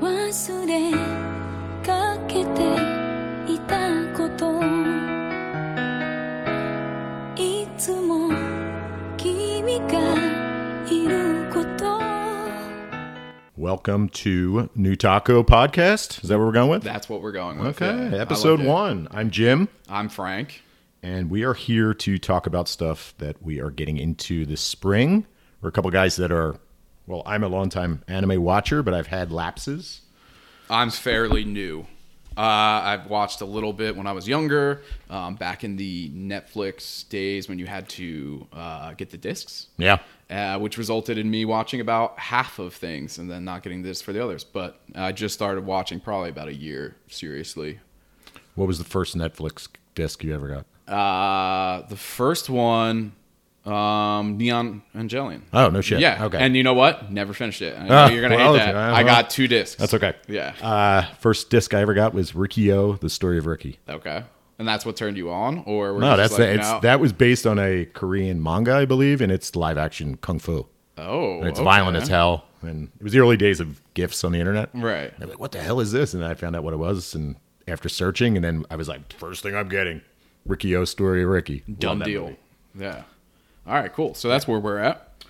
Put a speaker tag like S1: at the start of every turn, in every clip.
S1: 忘れかけていたこといつも君がいること」
S2: Welcome to New Taco Podcast. Is that what we're going with?
S3: That's what we're going with.
S2: Okay,
S3: yeah.
S2: episode
S3: I like it.
S2: one. I'm Jim,
S3: I'm Frank.
S2: and we are here to talk about stuff that we are getting into this spring. We're a couple guys that are, well, I'm a longtime anime watcher, but I've had lapses.
S3: I'm fairly new. Uh, I've watched a little bit when I was younger, um, back in the Netflix days when you had to uh, get the discs,
S2: Yeah.
S3: uh, which resulted in me watching about half of things and then not getting this for the others. But I just started watching probably about a year seriously.
S2: What was the first Netflix disc you ever got?
S3: Uh, the first one, um, Neon Evangelion.
S2: Oh, no shit.
S3: Yeah.
S2: Okay.
S3: And you know what? Never finished it. I know
S2: Ah,
S3: you're gonna
S2: well,
S3: hate
S2: okay,
S3: that.
S2: uh-huh.
S3: I got two discs.
S2: That's okay.
S3: Yeah.
S2: Uh, first disc I ever got was Rikio, The Story of Ricky.
S3: Okay. And that's what turned you on, or were
S2: No,
S3: you
S2: that's
S3: just like,
S2: it's,
S3: no?
S2: that was based on a Korean manga, I believe, and it's live action kung fu.
S3: Oh,
S2: And it's
S3: okay. Mm.
S2: violent as hell. And it was the early days of GIFs on the internet.
S3: Right.
S2: And I'm like, what the hell is this? And I found out what it was. And after searching, and then I was like, first thing I'm getting, Ricky O's story of Ricky. Love
S3: Dumb
S2: that
S3: deal.
S2: movie.
S3: Yeah. All right. Cool. So that's where we're at.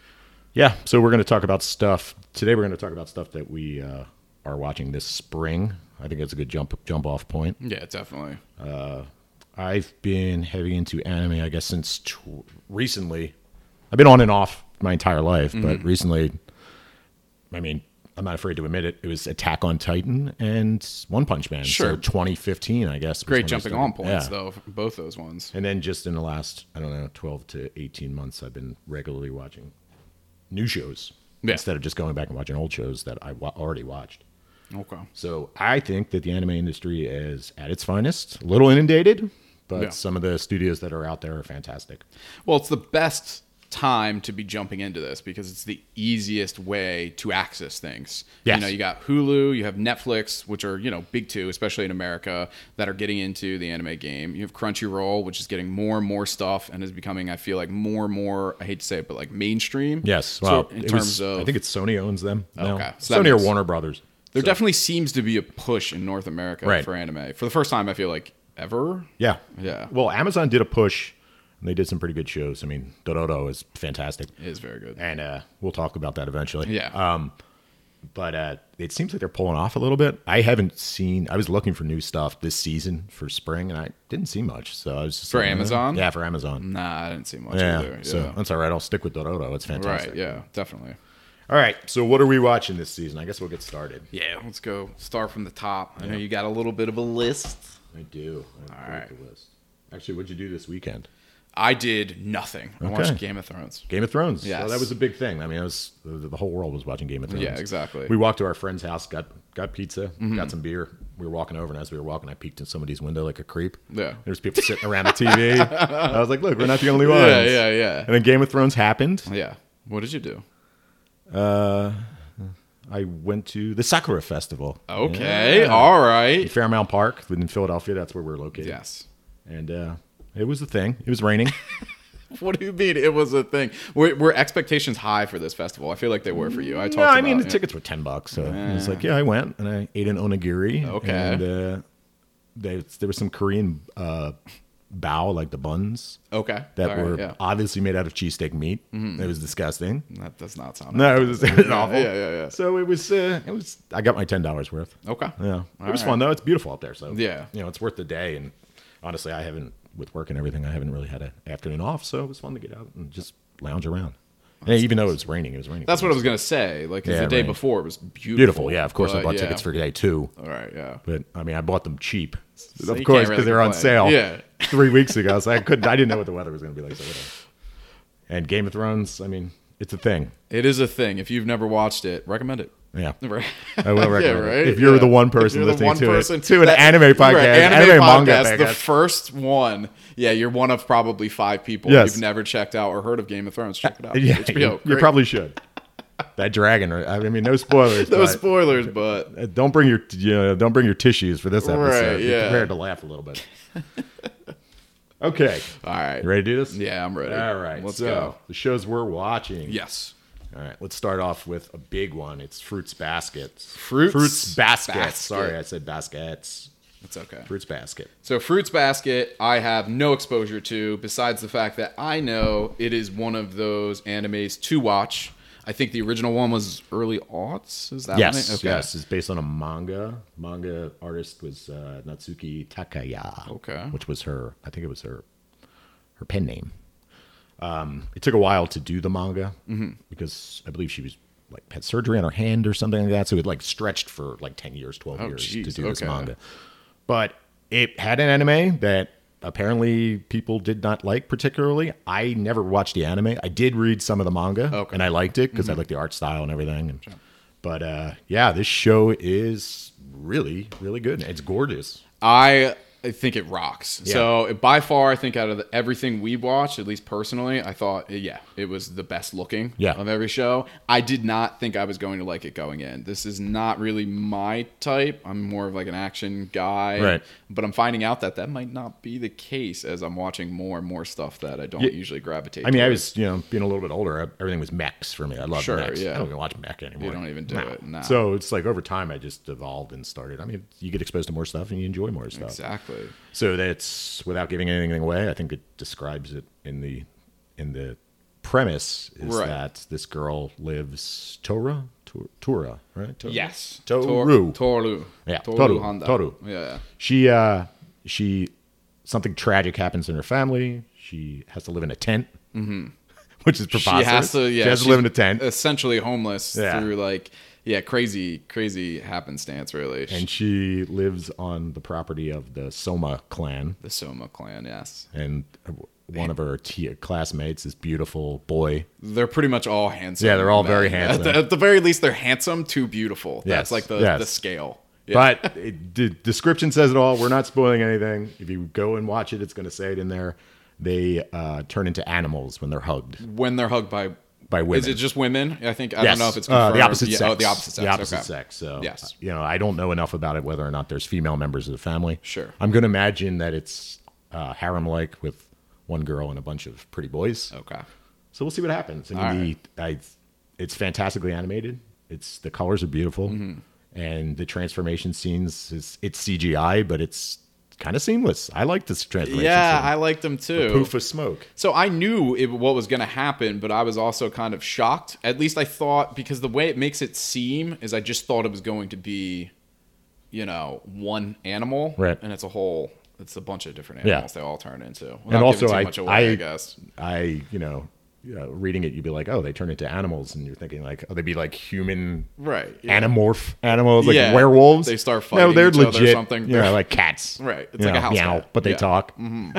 S2: Yeah. So we're going to talk about stuff today. We're going to talk about stuff that we uh, are watching this spring. I think that's a good jump jump off point.
S3: Yeah, definitely.
S2: I've been heavy into anime, I guess, since tw- recently. I've been on and off my entire life,
S3: Mm-hmm.
S2: but recently, I mean, I'm not afraid to admit it. It was Attack on Titan and One Punch Man. So
S3: Sure.
S2: 2015, I guess. was when
S3: Great
S2: I
S3: jumping
S2: started.
S3: on points
S2: Yeah.
S3: though. for Both those ones.
S2: And then just in the last, I don't know, 12 to 18 months, I've been regularly watching new shows
S3: Yeah.
S2: instead of just going back and watching old shows that I wa- already watched.
S3: Okay.
S2: So I think that the anime industry is at its finest. A little inundated, but
S3: Yeah.
S2: some of the studios that are out there are fantastic.
S3: Well, it's the best time to be jumping into this because it's the easiest way to access things.
S2: Yes.
S3: You know, you got Hulu, you have Netflix, which are, you know, big two, especially in America, that are getting into the anime game. You have Crunchyroll, which is getting more and more stuff and is becoming, I feel like, more and more, I hate to say it, but like mainstream.
S2: Yes.
S3: So
S2: Wow.
S3: in
S2: It
S3: terms
S2: was-
S3: of.
S2: I think it's Sony owns them. now.
S3: Okay, so that
S2: Sony or
S3: makes-
S2: Warner Brothers.
S3: There definitely seems to be a push in North America
S2: Right.
S3: for anime. For the first time, I feel like ever.
S2: Yeah.
S3: Yeah.
S2: Well, Amazon did a push and they did some pretty good shows. I mean, Dororo is fantastic.
S3: It is very good.
S2: And uh, we'll talk about that eventually.
S3: Yeah.
S2: Um, but uh, it seems like they're pulling off a little bit. I haven't seen. I was looking for new stuff this season for spring, and I didn't see much. So I was just
S3: For
S2: like, eh.
S3: Amazon?
S2: Yeah, for Amazon.
S3: Nah, I didn't see much
S2: Yeah,
S3: either.
S2: So
S3: yeah.
S2: that's all right. I'll stick with Dororo. It's fantastic.
S3: Right. Yeah, definitely.
S2: All right. So what are we watching this season? I guess we'll get started.
S3: Yeah, let's go start from the top. I know you got a little bit of a list.
S2: I do. I
S3: All right.
S2: The list. Actually, what'd you do this weekend?
S3: I did nothing. I
S2: Okay.
S3: watched Game of Thrones.
S2: Game of Thrones. Yeah,
S3: Yes.
S2: that was a big thing. I mean, it was the, the whole world was watching Game of Thrones.
S3: Yeah, exactly. Mm-hmm.
S2: We walked to our friend's house, got got pizza, got some beer. We were walking over, and as we were walking, I peeked in somebody's window like a creep.
S3: Yeah.
S2: There's people sitting around the TV. I was like, "Look, we're not the only ones."
S3: Yeah, yeah, yeah.
S2: And then Game of Thrones happened.
S3: Yeah. What did you do?
S2: I went to the Sakura Festival.
S3: Okay.
S2: Yeah.
S3: All
S2: In
S3: right.
S2: Fairmount Park in Philadelphia. That's where we're located.
S3: Yes.
S2: And uh, it was a thing. It was raining.
S3: What do you mean? It was a thing. Were, were expectations high for this festival? I feel like they were for you. I talked.
S2: no, I mean the
S3: about it.
S2: tickets were ten bucks. So I was like, yeah, I went and I ate an onigiri.
S3: Okay.
S2: And uh, they, there was some Korean uh, bao, like the buns
S3: Okay.
S2: that
S3: All right,
S2: were
S3: yeah.
S2: obviously made out of cheesesteak meat. It was disgusting.
S3: That does not sound.
S2: No, it was, it was
S3: Yeah,
S2: awful.
S3: yeah, yeah, yeah.
S2: So it was. Uh, it was. I got my ten dollars worth.
S3: Okay.
S2: Yeah, it
S3: All
S2: was
S3: right.
S2: fun though. It's beautiful up there, so
S3: Yeah.
S2: you know, it's worth the day. And honestly, I haven't with work and everything. I haven't really had an afternoon off, so it was fun to get out and just lounge around. And even though it was raining, it was raining.
S3: That's what I was gonna say. Like 'cause
S2: Yeah,
S3: the day
S2: right.
S3: before it was beautiful.
S2: beautiful. Yeah, of course, I
S3: but
S2: bought
S3: yeah.
S2: tickets for day two,
S3: All right. Yeah.
S2: but I mean, I bought them cheap,
S3: you
S2: of
S3: can't
S2: course, because
S3: really
S2: they were on
S3: complain.
S2: sale.
S3: Yeah.
S2: three weeks ago, so I couldn't. I didn't know what the weather was going to be like. So whatever. And Game of Thrones, I mean, it's a thing.
S3: It is a thing. If you've never watched it, recommend it.
S2: Yeah.
S3: Right.
S2: I will recommend
S3: yeah,
S2: it.
S3: right?
S2: If you're
S3: Yeah.
S2: the one
S3: If
S2: person
S3: you're the
S2: listening
S3: one
S2: to it-
S3: person-
S2: to an anime podcast, anime manga
S3: the
S2: podcast.
S3: first one. Yeah, you're one of probably five people
S2: Yes.
S3: you've never checked out or heard of Game of Thrones. Check it out.
S2: Yeah,
S3: HBO,
S2: you, you
S3: great.
S2: probably should. That dragon. I mean, no spoilers.
S3: no
S2: but-
S3: spoilers, but
S2: Uh, don't bring your you know, don't bring your tissues for this episode.
S3: Right,
S2: Be
S3: yeah.
S2: prepared to laugh a little bit. okay,
S3: all right.
S2: you ready to do this?
S3: Yeah, I'm ready.
S2: All right.
S3: Let's
S2: so
S3: go.
S2: the shows we're watching.
S3: Yes.
S2: All right, let's start off with a big one. It's Fruits Baskets.
S3: Fruits
S2: Fruits Baskets.
S3: Basket.
S2: Sorry, I said baskets.
S3: It's okay.
S2: Fruits Basket.
S3: So Fruits Basket, I have no exposure to besides the fact that I know it is one of those animes to watch. I think the original one was early aughts. Is that
S2: Yes,
S3: right?
S2: yes. It's based on a manga. Manga artist was uh, Natsuki Takaya.
S3: Okay.
S2: Which was her, I think it was her, her pen name. Um, it took a while to do the manga because I believe she was like had surgery on her hand or something like that. So it like stretched for like 10 years, 12
S3: Oh,
S2: years to
S3: geez,
S2: do this
S3: okay.
S2: manga. But it had an anime that apparently people did not like particularly. I never watched the anime. I did read some of the manga
S3: Okay. Mm-hmm.
S2: and I liked it because I liked the art style and everything. And, But uh, yeah, this show is really, really good. It's gorgeous.
S3: I I think it rocks.
S2: Yeah.
S3: So by far, I think out of the, everything we watched, at least personally, I thought yeah, it was the best looking
S2: Yeah.
S3: of every show. I did not think I was going to like it going in. This is not really my type. I'm more of like an action guy,
S2: Right.
S3: But I'm finding out that that might not be the case as I'm watching more and more stuff that I don't usually gravitate.
S2: I mean, I
S3: towards.
S2: was, you know, being a little bit older, I, everything was mechs for me. I love
S3: Sure,
S2: mechs.
S3: yeah.
S2: I don't even watch mech anymore.
S3: You don't even do
S2: Nah.
S3: it, nah.
S2: So it's like over time, I just evolved and started. I mean, you get exposed to more stuff and you enjoy more stuff.
S3: exactly.
S2: So that's without giving anything away. I think it describes it in the in the premise is
S3: Right.
S2: that this girl lives Torah, Tor- Torah, right? Torah?
S3: Yes,
S2: Toru.
S3: Tor- Toru,
S2: Yeah,
S3: Toru,
S2: Toru,
S3: Honda.
S2: Toru.
S3: yeah.
S2: She uh she something tragic happens in her family. She has to live in a tent, mm-hmm. which is preposterous.
S3: She has to, yeah,
S2: she has to
S3: she's
S2: live in a tent.
S3: essentially homeless
S2: Yeah.
S3: through like, yeah, crazy, crazy happenstance, really.
S2: and she lives on the property of the Soma clan.
S3: the Soma clan, yes,
S2: And one of her t- classmates, this beautiful boy,
S3: they're pretty much all handsome.
S2: Yeah, they're all very
S3: men.
S2: handsome.
S3: At the, at the very least, they're handsome, too beautiful.
S2: Yes,
S3: That's like the
S2: yes.
S3: the scale. Yeah.
S2: But it, the description says it all. We're not spoiling anything. If you go and watch it, it's going to say it in there. They uh, turn into animals when they're hugged
S3: when they're hugged by
S2: by women.
S3: is it just women? I think I
S2: Yes.
S3: don't know if it's
S2: Uh, the
S3: confirmed.
S2: opposite
S3: Yeah,
S2: sex.
S3: Oh, the opposite sex.
S2: The opposite
S3: okay.
S2: sex. So, uh,
S3: Yes.
S2: you know, I don't know enough about it whether or not there's female members of the family.
S3: Sure.
S2: I'm going to imagine that it's uh, harem-like with one girl and a bunch of pretty boys.
S3: Okay.
S2: So we'll see what happens. I mean, the, I, it's fantastically animated. It's the colors are beautiful,
S3: Mm-hmm.
S2: and the transformation scenes is it's CGI, but it's kind of seamless. I like this transformation.
S3: Yeah, I
S2: scene.
S3: liked them too.
S2: poof of smoke.
S3: So I knew it, what was going to happen, but I was also kind of shocked. At least I thought because the way it makes it seem is I just thought it was going to be, you know, one animal,
S2: Right.
S3: And it's a whole, it's a bunch of different
S2: Yeah.
S3: animals they all turn into. Without
S2: and also,
S3: giving
S2: I,
S3: too much away, I,
S2: I
S3: guess.
S2: I, you know, you know, reading it, you'd be like, oh, they turn into animals, and you're thinking like, oh, they'd be like human,
S3: Right, yeah.
S2: Anamorph animals, like
S3: Yeah,
S2: werewolves.
S3: they start
S2: No,
S3: fighting
S2: they're
S3: each other or
S2: legit.
S3: something.
S2: You know,
S3: They're-
S2: like cats.
S3: Right, it's
S2: You
S3: like a
S2: know,
S3: house
S2: meow,
S3: cat.
S2: but they
S3: Yeah. Mm-hmm.
S2: talk.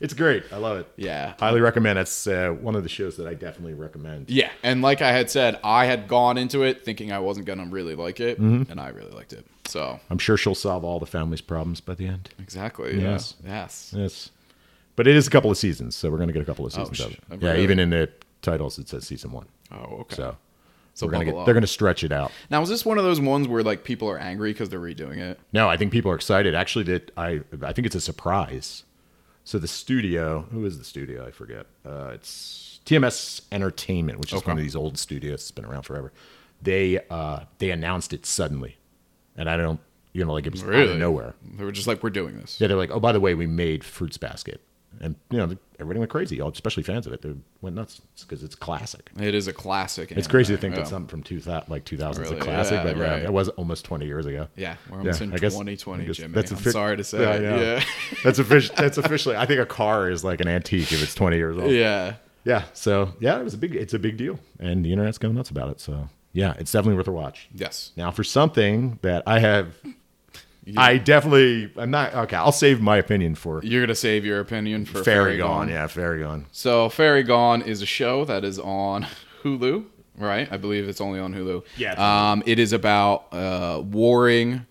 S2: it's great. I love it.
S3: Yeah.
S2: Highly recommend. That's uh, one of the shows that I definitely recommend.
S3: Yeah, and like I had said, I had gone into it thinking I wasn't going to really like it,
S2: Mm-hmm.
S3: and I really liked it. So
S2: I'm sure she'll solve all the family's problems by the end.
S3: exactly,
S2: Yes.
S3: yeah. yes,
S2: Yes. But it is a couple of seasons, so we're going to get a couple of seasons
S3: Oh, sh-
S2: of it.
S3: I'm
S2: Yeah,
S3: really-
S2: even in the titles, it says season one.
S3: Oh, okay.
S2: So,
S3: So
S2: we're gonna
S3: buckle
S2: get,
S3: up.
S2: they're going to stretch it out.
S3: Now is this one of those ones where like people are angry because they're redoing it?
S2: No, I think people are excited. Actually, that I I think it's a surprise. So the studio, who is the studio? I forget. Uh, it's TMS Entertainment, which is
S3: Okay.
S2: one of these old studios. It's been around forever. They uh, they announced it suddenly, and I don't, you know, like it was out
S3: Really?
S2: of nowhere.
S3: They were just like, we're doing this.
S2: Yeah, they're like, oh, by the way, we made Fruits Basket, and you know, everybody went crazy. All especially fans of it, they went nuts because it's classic.
S3: It is a classic. Um,
S2: It's crazy to think that something from two thousand, like two thousand, is a
S3: Really?
S2: classic,
S3: Yeah,
S2: but yeah,
S3: right.
S2: that was almost twenty years ago.
S3: Yeah, we're almost in
S2: I guess-
S3: 2020,
S2: I guess
S3: Jimmy.
S2: that's
S3: I'm
S2: offi-
S3: sorry to say.
S2: Yeah, I know.
S3: Yeah.
S2: that's official. That's officially. I think a car is like an antique if it's twenty years old. Yeah.
S3: Yeah.
S2: So yeah, it was a big. It's a big deal, and the internet's going nuts about it. So yeah, it's definitely worth a watch.
S3: Yes.
S2: Now for something that I have, I definitely. I'm not okay. I'll save my opinion for
S3: You're gonna save your opinion for
S2: Fairy Gone. Yeah, Fairy Gone.
S3: So Fairy Gone is a show that is on Hulu, right? I believe it's only on Hulu.
S2: Yeah, it's on
S3: Um, it is about uh, warring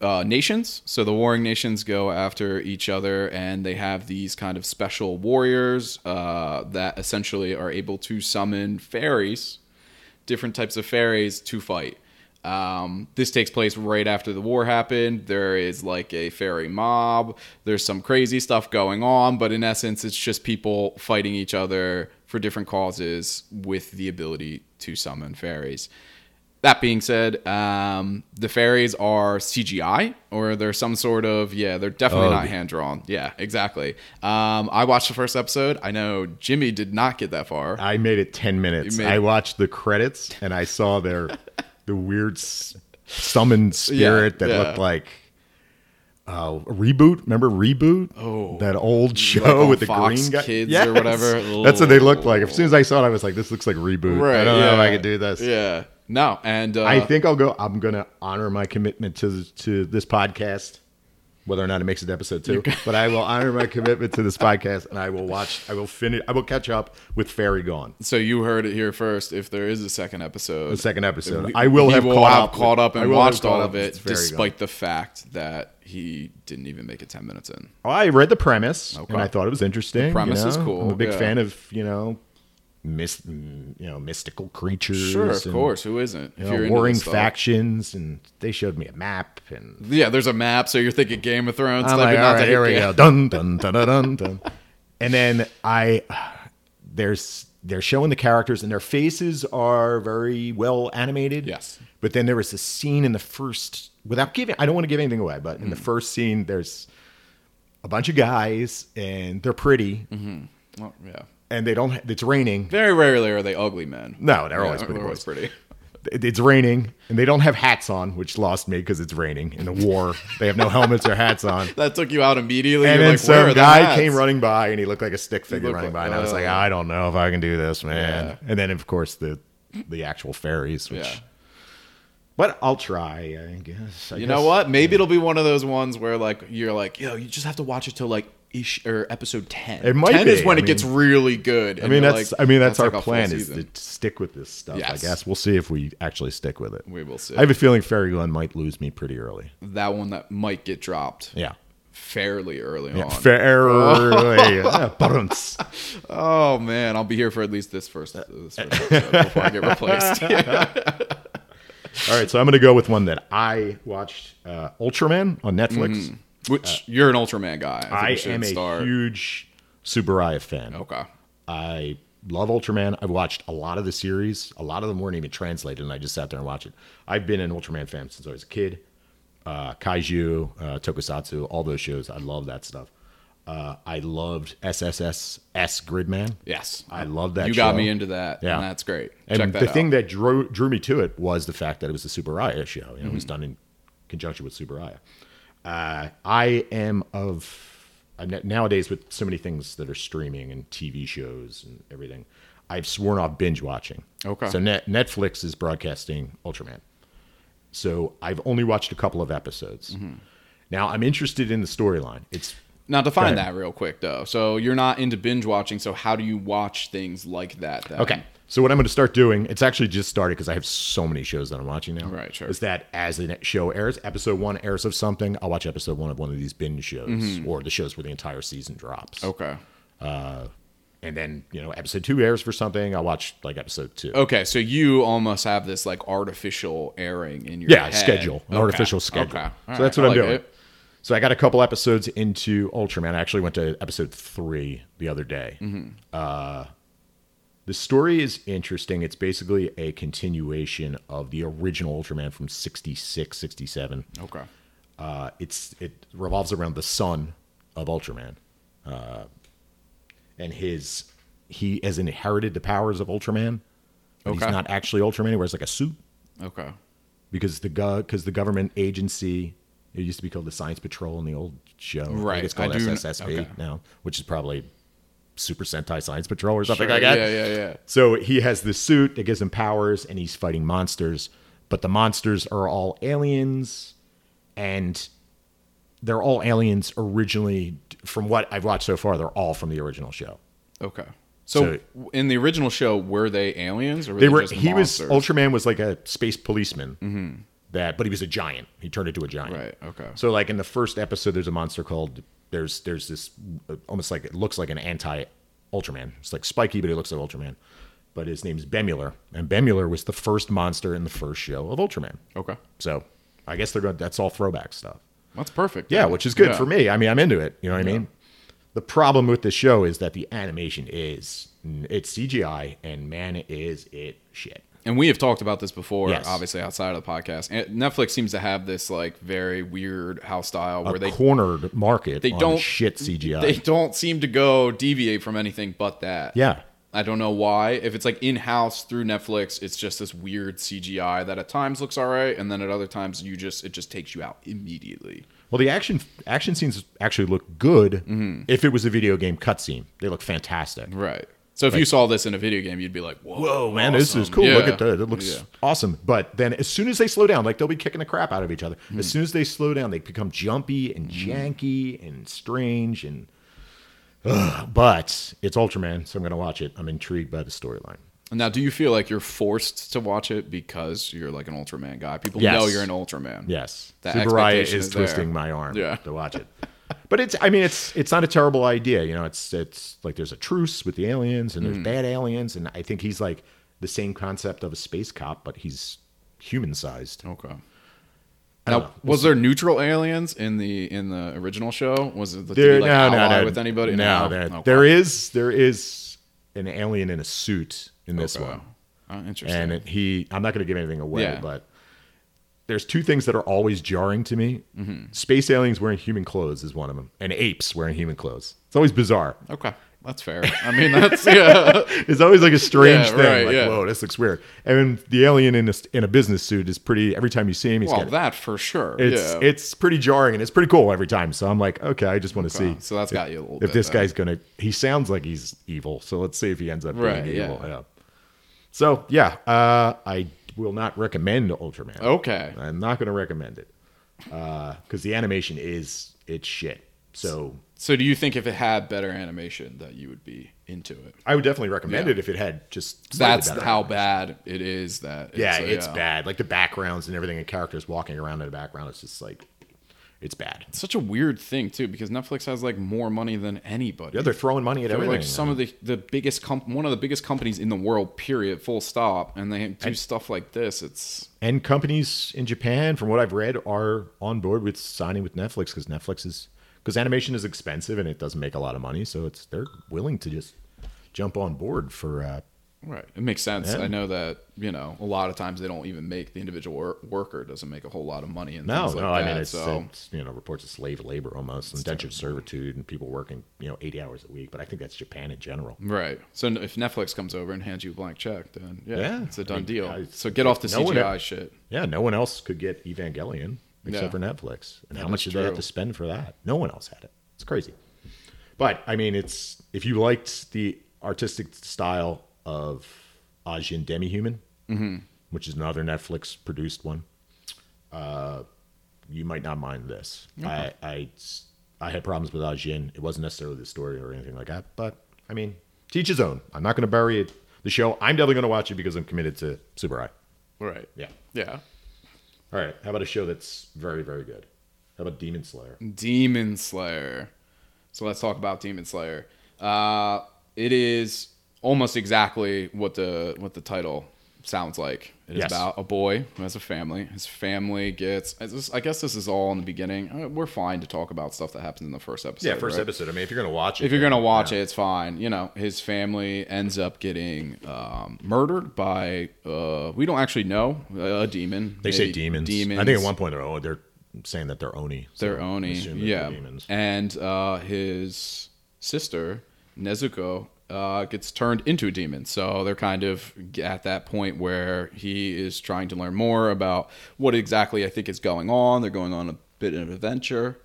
S3: uh, nations. So the warring nations go after each other, and they have these kind of special warriors uh, that essentially are able to summon fairies, different types of fairies, to fight. Um, this takes place right after the war happened. There is like a fairy mob. There's some crazy stuff going on, but in essence, it's just people fighting each other for different causes with the ability to summon fairies. That being said, um, the fairies are CGI or they're some sort of yeah, they're definitely
S2: Oh,
S3: not
S2: the-
S3: hand drawn. Yeah, exactly. Um, I watched the first episode. I know Jimmy did not get that far.
S2: I made it 10 minutes.
S3: You made-
S2: I watched the credits and I saw their the weird s- summoned spirit that
S3: yeah.
S2: looked like uh, reboot. Remember reboot? Oh, that old show
S3: on
S2: with the
S3: Fox
S2: green guy,
S3: Kids or whatever?
S2: That's what they looked like. As soon as I saw it, I was like, "This looks like reboot." I don't know if I
S3: yeah.
S2: could do this.
S3: Yeah. No, and uh,
S2: I think I'll go. I'm gonna honor my commitment to to this podcast, whether or not it makes it to episode two. But I will honor my commitment to this podcast, and I will watch. I will finish. I will catch up with Fairy Gone.
S3: so you heard it here first. If there is a second episode,
S2: the second episode.
S3: we-
S2: I will
S3: he
S2: have caught
S3: have
S2: up.
S3: caught
S2: with-
S3: up
S2: I
S3: and
S2: will have
S3: watched
S2: caught
S3: all
S2: up
S3: of
S2: with
S3: it,
S2: Fairy Gone.
S3: despite the fact that he didn't even make it ten minutes in.
S2: Oh, I read the premise
S3: Okay.
S2: and I thought it was interesting. you
S3: premise is
S2: know?
S3: cool,
S2: I'm a big
S3: yeah.
S2: fan of you know, myst- you know, mystical creatures.
S3: Sure, of
S2: and,
S3: course. Who isn't?
S2: You
S3: If
S2: know,
S3: you're into
S2: warring
S3: this stuff.
S2: factions, and they showed me a map, and
S3: Yeah, there's a map, so you're thinking Game of Thrones.
S2: I'm
S3: type
S2: like,
S3: it
S2: all
S3: out
S2: right,
S3: to
S2: here we
S3: Game-
S2: go, dun dun dun dun dun. dun. and then I, there's they're showing the characters, and their faces are very well animated.
S3: Yes.
S2: But then there was a scene in the first, without giving, I don't want to give anything away, but in the
S3: Hmm.
S2: first scene, there's a bunch of guys, and they're pretty,
S3: Mm-hmm. Well, yeah.
S2: and they don't. It's raining.
S3: Very rarely are they ugly men.
S2: No, they're
S3: Yeah,
S2: always pretty
S3: they're
S2: boys.
S3: pretty.
S2: It- It's raining, and they don't have hats on, which lost me because it's raining in the war. they have no helmets or hats on.
S3: That took you out immediately.
S2: And
S3: You're
S2: then
S3: like, where are
S2: some
S3: the
S2: guy
S3: hats?
S2: came running by, and he looked like a stick figure
S3: looked
S2: running
S3: like-
S2: by, and I was like,
S3: oh.
S2: I don't know if I can do this, man. And then, of course, the the actual fairies, which.
S3: Yeah.
S2: But I'll try, I guess. I
S3: You
S2: guess.
S3: know what? Maybe it'll be one of those ones where like you're like, yo, you just have to watch it till like ish or episode ten.
S2: It might
S3: ten is
S2: be.
S3: when
S2: I
S3: it gets
S2: mean-
S3: really good.
S2: I mean, that's I mean that's, our plan is
S3: that
S2: to stick with this stuff. I
S3: Yes.
S2: guess we'll see if we actually stick with it.
S3: we will see Mm.
S2: I have a feeling Fairy Glen might lose me pretty early.
S3: that one that might get dropped
S2: Yeah.
S3: fairly early
S2: Yeah,
S3: on.
S2: fairly. Yeah, bums.
S3: oh man, I'll be here for at least this first, this first episode before I get replaced.
S2: Uh, All right, so I'm going to go with one that I watched uh, Ultraman on Netflix.
S3: Mm. Which you're an Ultraman guy. think
S2: I
S3: we should
S2: am a huge Subaraya fan.
S3: okay.
S2: I love Ultraman. I've watched a lot of the series. A lot of them weren't even translated, and I just sat there and watched it. I've been an Ultraman fan since I was a kid. Uh, Kaiju, uh, Tokusatsu, all those shows. I love that stuff. Uh, I loved SSS S Gridman.
S3: Yes,
S2: I love that.
S3: You got
S2: show.
S3: me into that.
S2: Yeah.
S3: and that's great.
S2: And
S3: Check that
S2: the
S3: out.
S2: thing that drew drew me to it was the fact that it was the Superia show. You know,
S3: Mm-hmm.
S2: it was done in conjunction with Superia. Uh, I am of I n- nowadays with so many things that are streaming and TV shows and everything. I've sworn off binge watching.
S3: Okay.
S2: So Net- Netflix is broadcasting Ultraman. So I've only watched a couple of episodes.
S3: Mm-hmm.
S2: Now I'm interested in the storyline. It's
S3: Now define
S2: Go ahead.
S3: that real quick though. So you're not into binge watching. So how do you watch things like that? Then?
S2: Okay. So what I'm going to start doing, it's actually just started because I have so many shows that I'm watching now.
S3: Right, sure.
S2: Is that as the next show airs, episode one airs of something, I'll watch episode one of one of these binge shows
S3: Mm-hmm.
S2: or the shows where the entire season drops.
S3: Okay.
S2: And then, you know, episode two airs for something, I'll watch like episode two.
S3: Okay. So you almost have this like artificial airing in your
S2: yeah,
S3: head.
S2: schedule, an
S3: Okay.
S2: artificial schedule.
S3: Okay. All
S2: So
S3: right,
S2: that's what
S3: I
S2: I'm
S3: like
S2: doing.
S3: it.
S2: So I got a couple episodes into Ultraman. I actually went to episode three the other day.
S3: Mm-hmm.
S2: Uh, the story is interesting. It's basically a continuation of the original Ultraman from 66, 67.
S3: Okay.
S2: Uh, it's, it revolves around the son of Ultraman. Uh, and his, he has inherited the powers of Ultraman, but he's
S3: Okay.
S2: not actually Ultraman. He wears like a suit
S3: Okay.
S2: because the because the government agency it used to be called the Science Patrol in the old show. I think
S3: Right.
S2: it's called
S3: I do kn-
S2: SSSP
S3: okay.
S2: now, which is probably Super Sentai Science Patrol or something
S3: Sure,
S2: like that.
S3: yeah, yeah, yeah.
S2: So he has this suit that gives him powers, and he's fighting monsters. But the monsters are all aliens, and they're all aliens originally. From what I've watched so far, they're all from the original show.
S3: Okay. So,
S2: So-
S3: w in the original show, were they aliens or were
S2: They were.
S3: Just
S2: He was
S3: monsters? Mm-hmm.
S2: Ultraman was like a space policeman. That, but he was a giant. He turned into a giant.
S3: Right, okay.
S2: So like in the first episode, there's a monster called. There's there's this uh, almost like it looks like an anti Ultraman. It's like spiky, but it looks like Ultraman. but his name's Bemular, and Bemular was the first monster in the first show of Ultraman.
S3: Okay.
S2: So I guess they're going. That's all throwback stuff.
S3: That's perfect.
S2: Yeah, which is good
S3: Yeah.
S2: for me. I mean, I'm into it. You know what I mean? The problem with this show is that the animation is it's CGI, and man, is it shit.
S3: And we have talked about this before,
S2: Yes.
S3: obviously outside of the podcast. And Netflix seems to have this like very weird house style where
S2: A
S3: they
S2: cornered market.
S3: they
S2: on
S3: don't-
S2: shit CGI.
S3: they don't seem to go deviate from anything but that.
S2: yeah,
S3: I don't know why. If it's like in house through Netflix, it's just this weird CGI that at times looks all right, and then at other times you just it just takes you out immediately.
S2: Well, the action action scenes actually look good
S3: Mm-hmm.
S2: if it was a video game cutscene. They look fantastic.
S3: Right. So if you saw this in a video game, you'd be like, "Whoa,
S2: Whoa, man, this is
S3: awesome."
S2: cool. Look
S3: Yeah.
S2: at that. It looks
S3: Yeah.
S2: awesome. But then as soon as they slow down, like they'll be kicking the crap out of each other. As
S3: Mm.
S2: soon as they slow down, they become jumpy and janky and strange and Ugh. but it's Ultraman, so I'm gonna watch it. I'm intrigued by the storyline.
S3: Now, do you feel like you're forced to watch it because you're like an Ultraman guy? People
S2: Yes.
S3: know you're an Ultraman.
S2: Yes.
S3: The
S2: Subaraya
S3: expectation
S2: is,
S3: is there.
S2: twisting my arm
S3: Yeah.
S2: to watch it. But it's I mean it's it's not a terrible idea. You know, it's it's like there's a truce with the aliens and there's
S3: Mm.
S2: bad aliens and I think he's like the same concept of a space cop, but he's human sized.
S3: Okay.
S2: I
S3: Now,
S2: don't know.
S3: was there neutral aliens in the in the original show? Was it the
S2: There,
S3: like
S2: no, no,
S3: ally
S2: no,
S3: with anybody?
S2: No, there,
S3: Okay.
S2: there is there is an alien in a suit in this
S3: Okay.
S2: one,
S3: Oh, interesting.
S2: and it, he. I'm not going to give anything away,
S3: Yeah.
S2: but there's two things that are always jarring to me.
S3: Mm-hmm.
S2: Space aliens wearing human clothes is one of them, and apes wearing human clothes. It's always bizarre.
S3: okay, that's fair. I mean, that's yeah.
S2: It's always like a strange
S3: Yeah,
S2: thing.
S3: right,
S2: like,
S3: yeah.
S2: whoa, this looks weird. And the alien in a, in a business suit is pretty. Every time you see him, he's
S3: Well,
S2: got
S3: that for sure.
S2: it's
S3: yeah.
S2: it's pretty jarring and it's pretty cool every time. So I'm like, okay, I just want to
S3: Okay,
S2: see.
S3: so that's got you a little.
S2: if
S3: bit
S2: this
S3: there.
S2: guy's gonna he sounds like he's evil so let's see if he ends up
S3: Right,
S2: being
S3: yeah.
S2: evil yeah. so yeah uh, i will not recommend
S3: Oh,
S2: ultraman
S3: okay,
S2: i'm not gonna recommend it because the animation is it's shit so
S3: so do you think if it had better animation that you would be into it?
S2: i would definitely recommend
S3: Yeah.
S2: it if it had just slightly
S3: That's
S2: better.
S3: how bad it is. That it's,
S2: yeah
S3: uh,
S2: it's bad like the backgrounds and everything and characters walking around in the background it's just like it's bad
S3: Such a weird thing too, because Netflix has like more money than anybody.
S2: yeah they're throwing money at
S3: They're
S2: everything
S3: like some of the the biggest comp- one of the biggest companies in the world. Period. Full stop. And they do stuff like this. It's
S2: and companies in Japan, from what I've read, are on board with signing with Netflix because Netflix is because animation is expensive and it doesn't make a lot of money, so it's they're willing to just jump on board for. Uh,
S3: right. It makes sense.
S2: Yeah.
S3: I know that you know a lot of times they don't even make the individual wor- worker doesn't make a whole lot of money. And
S2: no,
S3: things like
S2: no,
S3: that,
S2: I mean it's,
S3: so
S2: it's you know reports of slave labor almost, indentured servitude, and people working you know eighty hours a week. But I think that's Japan in general.
S3: right. So n- if Netflix comes over and hands you a blank check, then yeah,
S2: Yeah.
S3: it's a
S2: I
S3: done
S2: mean,
S3: deal.
S2: I-
S3: so get off the
S2: no one-
S3: CGI shit.
S2: Yeah, no one else could get Evangelion except
S3: Yeah.
S2: for Netflix. And how
S3: That
S2: much
S3: is
S2: did they have
S3: true.
S2: to spend for that? No one else had it. It's crazy. But I mean, it's if you liked the artistic style of Ajin Demihuman,
S3: Mm-hmm.
S2: which is another Netflix produced one, uh, you might not mind this. I, I I had problems with Ajin. It wasn't necessarily the story or anything like that. But I mean, teach his own. I'm not going to bury it. The show. I'm definitely going to watch it because I'm committed to Super Eye.
S3: Right.
S2: Yeah.
S3: Yeah.
S2: All right. How about a show that's very, very good? How about Demon Slayer?
S3: Demon Slayer. So let's talk about Demon Slayer. Uh, it is almost exactly what the what the title sounds like. It is
S2: Yes.
S3: about a boy who has a family. His family gets. I just- I guess this is all in the beginning. Uh, We're fine to talk about stuff that happens in the first episode. right?
S2: episode. I mean, if you're gonna watch it,
S3: If you're gonna watch it, it's fine. You know, his family ends up getting um, murdered by uh, we don't actually know uh, a demon.
S2: they say
S3: Maybe
S2: demons.
S3: Demons.
S2: I think at one point they're oh, they're saying that they're oni. so
S3: Their
S2: I
S3: oni,
S2: assume that
S3: yeah.
S2: they're demons.
S3: And uh, his sister Nezuko uh, gets turned into a demon, so they're kind of at that point where he is trying to learn more about what exactly I think is going on. They're going on a bit of an adventure,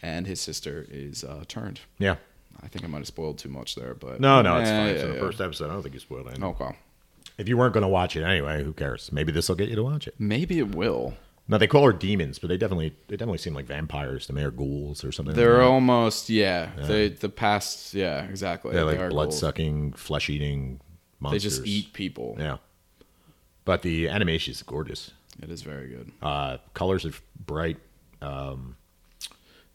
S3: and his sister is uh, turned.
S2: Yeah.
S3: I think I might have spoiled too much there, but
S2: No, no, it's
S3: Eh,
S2: fine.
S3: yeah,
S2: so the
S3: yeah.
S2: first episode, I don't think you spoiled anything.
S3: Okay.
S2: If you weren't gonna watch it anyway, who cares? Maybe this will get you to watch it.
S3: Maybe it will.
S2: Now they call her demons, but they definitely they definitely seem like vampires to me or ghouls or something.
S3: They're
S2: like
S3: almost yeah. They the past yeah exactly.
S2: that. they're
S3: They
S2: like
S3: are
S2: blood
S3: gold.
S2: sucking, flesh eating
S3: They
S2: monsters.
S3: just eat people.
S2: Yeah. But the animation is gorgeous.
S3: It is very good.
S2: Uh, colors are bright. Um,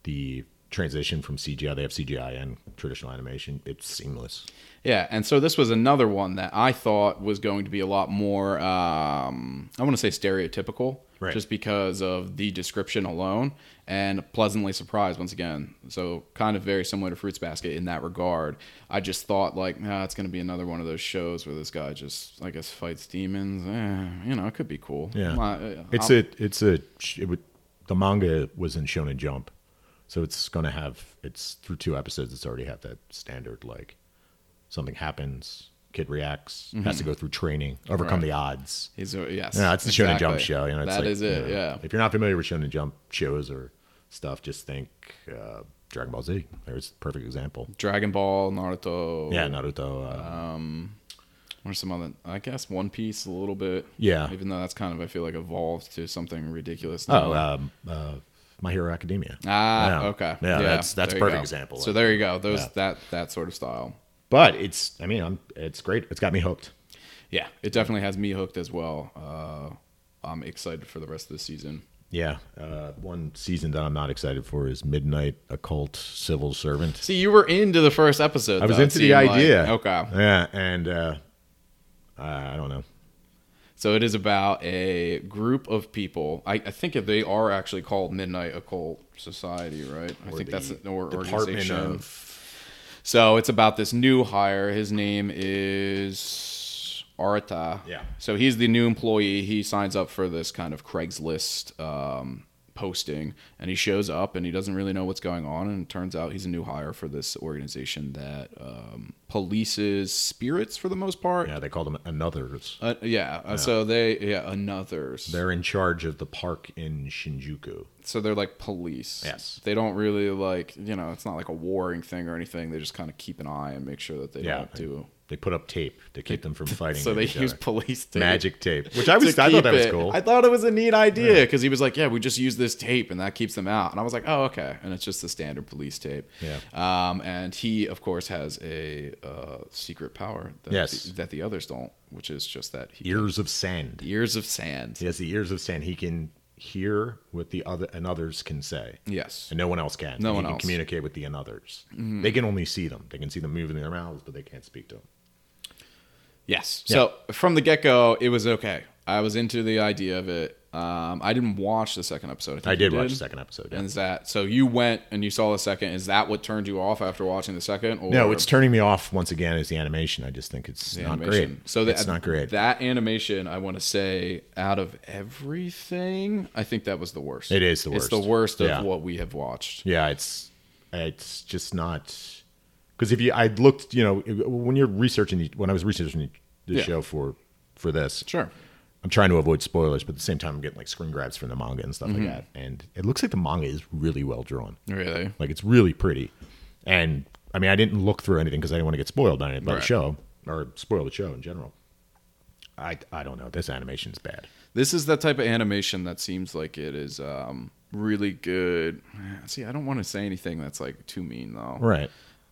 S2: the transition from CGI. They have CGI and traditional animation. It's seamless.
S3: Yeah, and so this was another one that I thought was going to be a lot more, um, I want to say stereotypical,
S2: Right.
S3: just because of the description alone, and pleasantly surprised once again. So, kind of very similar to Fruits Basket in that regard. I just thought, like, ah, it's going to be another one of those shows where this guy just, I guess, fights demons. Eh, you know, it could be cool.
S2: Yeah,
S3: Uh,
S2: it's
S3: I'll-
S2: a it's a it would, the manga was in Shonen Jump, so it's gonna have it's through two episodes. It's already had that standard like something happens, kid reacts, has to go through training, overcome
S3: Mm-hmm. Right.
S2: the odds.
S3: He's a, yes.
S2: Yeah, it's the Shonen Jump
S3: exactly.
S2: show. You know, it's
S3: That
S2: like,
S3: is it,
S2: you know,
S3: yeah.
S2: If you're not familiar with Shonen Jump shows or stuff, just think uh, Dragon Ball Z. There's a perfect example.
S3: Dragon Ball, Naruto.
S2: Yeah, Naruto. Uh,
S3: Or some other, I guess One Piece a little bit.
S2: Yeah.
S3: Even though that's kind of, I feel like, evolved to something ridiculous.
S2: oh,
S3: now.
S2: um, uh, My Hero Academia.
S3: ah,
S2: Yeah.
S3: okay.
S2: Yeah, that's that's a
S3: there you
S2: perfect
S3: go.
S2: example.
S3: So there you go. Those
S2: Yeah.
S3: that that sort of style.
S2: But it's, I mean, I'm, it's great. It's got me hooked.
S3: Yeah, it definitely has me hooked as well. Uh, I'm excited for the rest of the season.
S2: Yeah. Uh, one season that I'm not excited for is Midnight Occult Civil Servant.
S3: See, you were into the first episode.
S2: I was
S3: though, it
S2: into the
S3: seemed like.
S2: idea.
S3: okay.
S2: Yeah, and uh, I I don't know.
S3: So it is about a group of people. I, I think they are actually called Midnight Occult Society, right? I think that's an or organization. So it's about this new hire. His name is Arata.
S2: Yeah.
S3: So he's the new employee. He signs up for this kind of Craigslist um, posting, and he shows up, and he doesn't really know what's going on. And it turns out he's a new hire for this organization that um, polices spirits for the most part.
S2: Yeah, they call them another's.
S3: Uh, yeah. Uh, So they yeah another's.
S2: They're in charge of the park in Shinjuku.
S3: so they're like police.
S2: Yes.
S3: They don't really like you know it's not like a warring thing or anything. They just kind of keep an eye and make sure that they
S2: Yeah,
S3: don't do.
S2: They put up tape to keep them from fighting.
S3: So they
S2: each
S3: use
S2: other.
S3: police tape.
S2: magic tape, which I
S3: to
S2: was. I thought
S3: keep
S2: that was
S3: it.
S2: cool.
S3: I thought it was a neat idea because he was like, "Yeah, we just use this tape and that keeps them out." And I was like, "Oh, okay." And it's just the standard police tape.
S2: Yeah.
S3: Um, and he, of course, has a uh, secret power. That
S2: Yes.
S3: The, that the others don't, which is just that he,
S2: ears of sand.
S3: ears of sand.
S2: He has the ears of sand. He can hear what the other and others can say,
S3: Yes.
S2: and no one else can.
S3: No
S2: he
S3: one
S2: can
S3: else. Mm-hmm.
S2: communicate with the others. They can only see them. They can see them moving their mouths, but they can't speak to them.
S3: Yes. So from the get go, it was okay. I was into the idea of it. Um, I didn't watch the second episode. think
S2: I
S3: you
S2: did watch the second episode. yeah.
S3: And is that so? You went and you saw the second. Is that what turned you off after watching the second? Or
S2: No, it's turning me off once again. Is the animation? I just think it's
S3: the
S2: not
S3: animation.
S2: great.
S3: So
S2: So
S3: that,
S2: that's not great.
S3: That animation, I want to say, out of everything, I think that was the worst.
S2: It is the
S3: It's the
S2: worst.
S3: worst of
S2: Yeah.
S3: what we have watched.
S2: yeah, it's it's just not because if you I looked, you know, when you're researching the- when I was researching the
S3: Yeah.
S2: show for for this,
S3: Sure.
S2: I'm trying to avoid spoilers, but at the same time, I'm getting like screen grabs from the manga and
S3: Mm-hmm.
S2: stuff like that. And it looks like the manga is really well drawn.
S3: Really?
S2: Like it's really pretty. And I mean, I didn't look through anything because I didn't want to get spoiled by, by the
S3: Right.
S2: show or spoil the show in general. I, I don't know. This animation's bad.
S3: This is that type of animation that seems like it is um, really good. See, I don't want to say anything that's like too mean though.
S2: Right.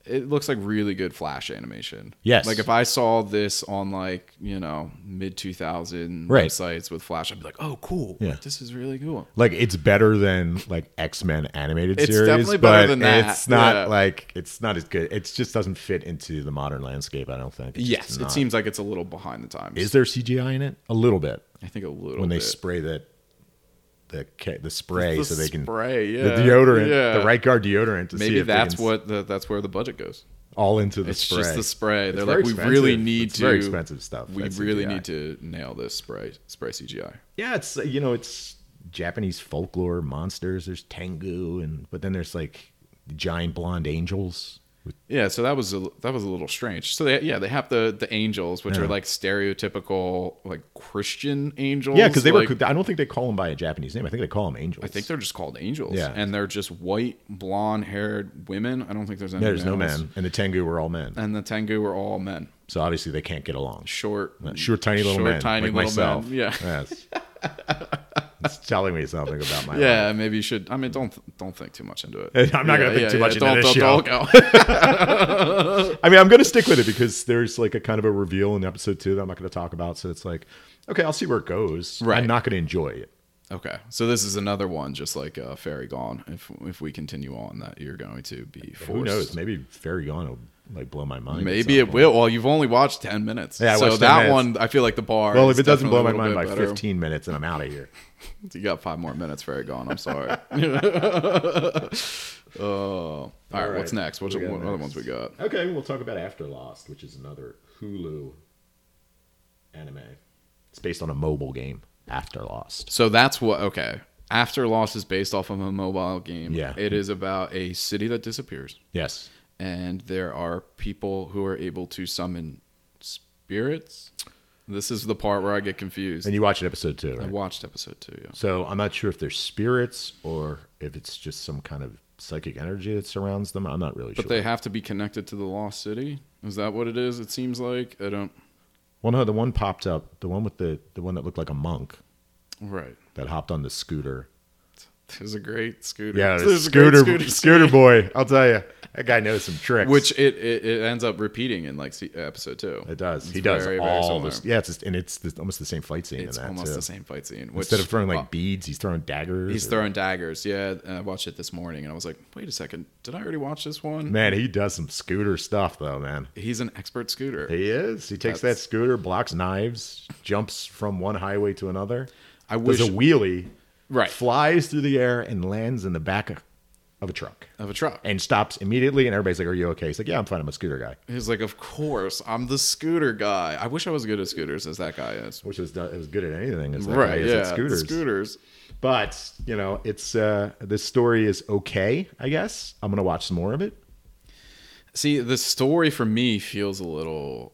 S3: It looks like really good flash animation.
S2: Yes.
S3: Like if I saw this on like you know mid two thousand
S2: Right.
S3: websites with flash, I'd be like, oh cool.
S2: Yeah.
S3: This is really cool.
S2: Like it's better than like X Men animated
S3: It's
S2: series.
S3: definitely
S2: but
S3: better than that.
S2: It's not
S3: Yeah.
S2: like it's not as good. It just doesn't fit into the modern landscape. I don't think. It's
S3: Yes,
S2: just
S3: it
S2: not.
S3: seems like it's a little behind the times.
S2: Is there CGI in it? A little bit.
S3: I think a little
S2: when they
S3: bit.
S2: spray that the ca- the spray
S3: The
S2: so they can
S3: spray, yeah.
S2: the deodorant
S3: Yeah.
S2: the right guard deodorant to see
S3: Maybe
S2: if they can
S3: that's
S2: s-
S3: what the, that's where the budget goes.
S2: all into the
S3: It's
S2: spray.
S3: just the spray.
S2: It's
S3: They're
S2: very
S3: like, we
S2: expensive.
S3: really need
S2: It's
S3: to.
S2: very expensive stuff.
S3: We
S2: that
S3: really
S2: CGI.
S3: need to nail this spray spray CGI.
S2: Yeah, it's you know it's Japanese folklore monsters. There's Tengu and but then there's like giant blonde angels. with-
S3: Yeah, so that was a, that was a little strange. So they, yeah, they have the the angels, which are
S2: Yeah.
S3: like stereotypical like Christian angels.
S2: Yeah, because they
S3: like-
S2: were. I don't think they call them by a Japanese name. I think they call them angels.
S3: I think they're just called angels.
S2: Yeah.
S3: and they're just white, blonde-haired women. I don't think there's any.
S2: there's no
S3: males.
S2: man, and the Tengu were all men.
S3: And the Tengu were all men,
S2: So obviously they can't get along.
S3: short,
S2: Short, tiny little
S3: short,
S2: men,
S3: tiny
S2: like
S3: little
S2: myself.
S3: men. Yeah,
S2: Yes. it's telling me something about my
S3: yeah. Maybe you should. I mean, don't don't think too much into it.
S2: I'm not
S3: Yeah,
S2: gonna think
S3: yeah,
S2: too
S3: yeah,
S2: much into
S3: don't,
S2: this
S3: don't,
S2: show.
S3: Don't go.
S2: I mean, I'm going to stick with it because there's like a kind of a reveal in episode two that I'm not going to talk about. So it's like, okay, I'll see where it goes.
S3: Right.
S2: I'm not going to enjoy it.
S3: Okay, so this is another one, just like uh, Fairy Gone. If if we continue on, that you're going to be forced.
S2: Who knows? Maybe Fairy Gone will like blow my mind. at
S3: Maybe
S2: some
S3: it
S2: point.
S3: will. Well, you've only watched ten minutes,
S2: Yeah, I
S3: so
S2: watched 10
S3: that
S2: minutes.
S3: one I feel like the bar.
S2: Well, if
S3: is
S2: it doesn't blow
S3: definitely
S2: my
S3: a little
S2: mind by
S3: bit better.
S2: 15 minutes, and I'm out of here.
S3: you got five more minutes, Fairy Gone. I'm sorry. oh, all right,
S2: All
S3: What's
S2: right,
S3: next? What's
S2: what we
S3: what
S2: got
S3: other
S2: next?
S3: ones we got?
S2: Okay, we'll talk about After Lost, which is another Hulu anime. It's based on a mobile game, After Lost.
S3: So that's what. Okay, After Lost is based off of a mobile game.
S2: Yeah.
S3: it is about a city that disappears.
S2: Yes.
S3: and there are people who are able to summon spirits. This is the part where I get confused.
S2: And you watched episode two,
S3: I
S2: right?
S3: watched episode two. Yeah.
S2: So I'm not sure if they're spirits or if it's just some kind of psychic energy that surrounds them. I'm not really
S3: But
S2: sure.
S3: they have to be connected to the lost city. Is that what it is? It seems like I don't.
S2: well, no, the one popped up, the one with the the one that looked like a monk
S3: Right.
S2: that hopped on the scooter.
S3: There's a great scooter.
S2: Yeah, the
S3: There's a great
S2: scooter, scooter, boy. I'll tell you, that guy knows some tricks.
S3: Which it, it, it ends up repeating in like se- episode two.
S2: it does.
S3: It's
S2: he does
S3: very, very
S2: all
S3: similar.
S2: this. Yeah, it's just, and it's the, almost the same fight scene
S3: It's
S2: in that
S3: almost
S2: too.
S3: the same fight scene. Which,
S2: Instead of throwing like
S3: well,
S2: beads, he's throwing daggers.
S3: he's
S2: or-
S3: throwing daggers. Yeah, and I watched it this morning, and I was like, wait a second, did I already watch this one?
S2: Man, he does some scooter stuff though, man.
S3: He's an expert scooter.
S2: He is. He takes that
S3: That's-
S2: scooter, blocks knives, jumps from one highway to another.
S3: I
S2: was
S3: wish
S2: a wheelie,
S3: Right.
S2: Flies through the air and lands in the back of a truck
S3: of a truck.
S2: and stops immediately. And everybody's like, "Are you okay?" He's like, "Yeah, I'm fine. I'm a scooter guy."
S3: He's like, of course, I'm the scooter guy. I wish I was as good at scooters as that guy is.
S2: Which was it was good at anything. Is that guy
S3: Right?
S2: is
S3: Yeah.
S2: at scooters.
S3: Scooters.
S2: But you know, it's uh, this story is okay. I guess I'm gonna watch some more of it.
S3: See, the story for me feels a little.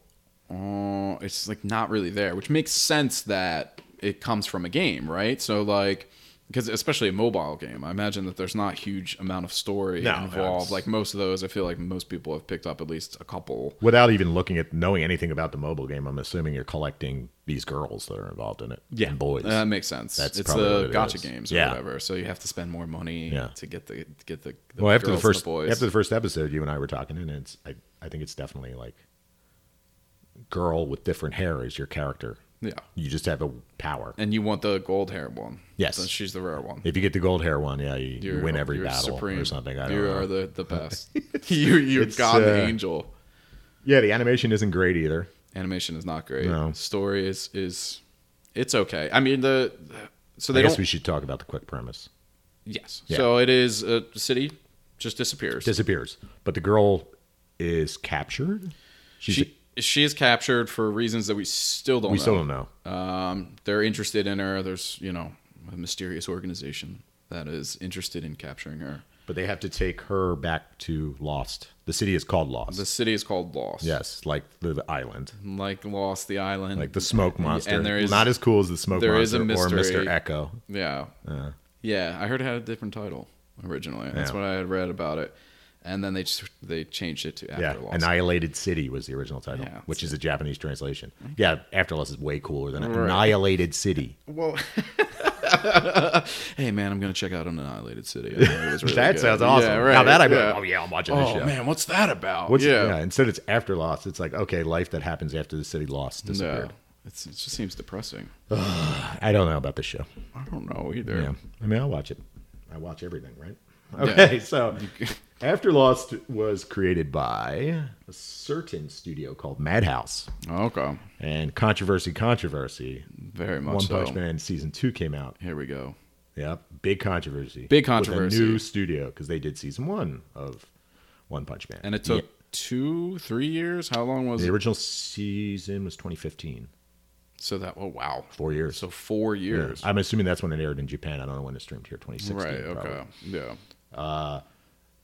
S3: Uh, it's like not really there, which makes sense that it comes from a game, right? So like. Because especially a mobile game, I imagine that there's not huge amount of story
S2: No, no,
S3: involved.
S2: it's-
S3: Like most of those, I feel like most people have picked up at least a couple.
S2: Without even looking at knowing anything about the mobile game, I'm assuming you're collecting these girls that are involved in it. and boys.
S3: that makes sense.
S2: That's
S3: it's
S2: probably what
S3: the
S2: it
S3: gotcha
S2: is.
S3: games or
S2: Yeah.
S3: whatever, so you have to spend more money
S2: Yeah.
S3: to get the get the, the
S2: well, after the
S3: girls and
S2: first
S3: boys.
S2: after the first episode, you and I were talking, and it's I, I think it's definitely like girl with different hair is your character.
S3: yeah,
S2: You just have a power.
S3: and you want the gold hair one.
S2: Yes.
S3: So she's the rare one.
S2: If you get the gold hair one, yeah, you, you
S3: You're-
S2: win every
S3: you're
S2: battle or something. I don't
S3: you
S2: know.
S3: are the, the best. you you've
S2: It's,
S3: got the
S2: uh,
S3: angel.
S2: yeah, the animation isn't great either.
S3: Animation is not great.
S2: No.
S3: Story is is it's okay. I mean the so
S2: I
S3: they
S2: guess
S3: don't
S2: we should talk about the quick premise.
S3: yes.
S2: Yeah.
S3: So it is a city just disappears.
S2: Disappears, but the girl is captured. She's
S3: she she is captured for reasons that we still don't
S2: we
S3: know.
S2: still don't know.
S3: Um, they're interested in her. There's you know a mysterious organization that is interested in capturing her.
S2: But they have to take her back to Lost. The city is called Lost.
S3: The city is called Lost.
S2: yes, like the, the island,
S3: like Lost the Island.
S2: like the smoke monster.
S3: And there is
S2: not as cool as the smoke
S3: there is
S2: monster
S3: a
S2: or Mr.
S3: mystery.
S2: Echo.
S3: yeah, yeah. I heard it had a different title originally. That's
S2: Yeah.
S3: what I had read about it, and then they just they changed it to After
S2: Yeah,
S3: Lost.
S2: Annihilated City was the original title,
S3: Yeah,
S2: which
S3: that's
S2: is a Japanese translation. Yeah, After Lost is way cooler than
S3: Right.
S2: Annihilated City.
S3: well, hey man, I'm gonna check out an Annihilated City. I heard it was really
S2: that
S3: good.
S2: sounds awesome.
S3: Yeah, right,
S2: now that I'm
S3: yeah.
S2: like, oh yeah, I'm watching this
S3: Oh
S2: show.
S3: man, what's that about?
S2: What's, yeah.
S3: yeah.
S2: Instead, it's After Lost. It's like okay, life that happens after the city Lost
S3: No,
S2: disappeared.
S3: it's, it just seems depressing.
S2: I don't know about this show.
S3: I don't know either.
S2: Yeah, I mean, I'll watch it. I watch everything, right? Okay, so After Lost was created by a certain studio called Madhouse,
S3: Okay.
S2: and controversy, controversy.
S3: Very much
S2: One
S3: so.
S2: Punch Man season two came out.
S3: Here we go.
S2: Yep, big controversy.
S3: Big
S2: With
S3: controversy.
S2: a new studio because they did season one of One Punch Man,
S3: And it took two, three years. How long was
S2: the
S3: it?
S2: original season was 2015,
S3: So that oh wow,
S2: four years.
S3: so four
S2: Yeah.
S3: years.
S2: I'm assuming that's when it aired in Japan. I don't know when it streamed here. 2016.
S3: right. Okay.
S2: probably.
S3: Yeah.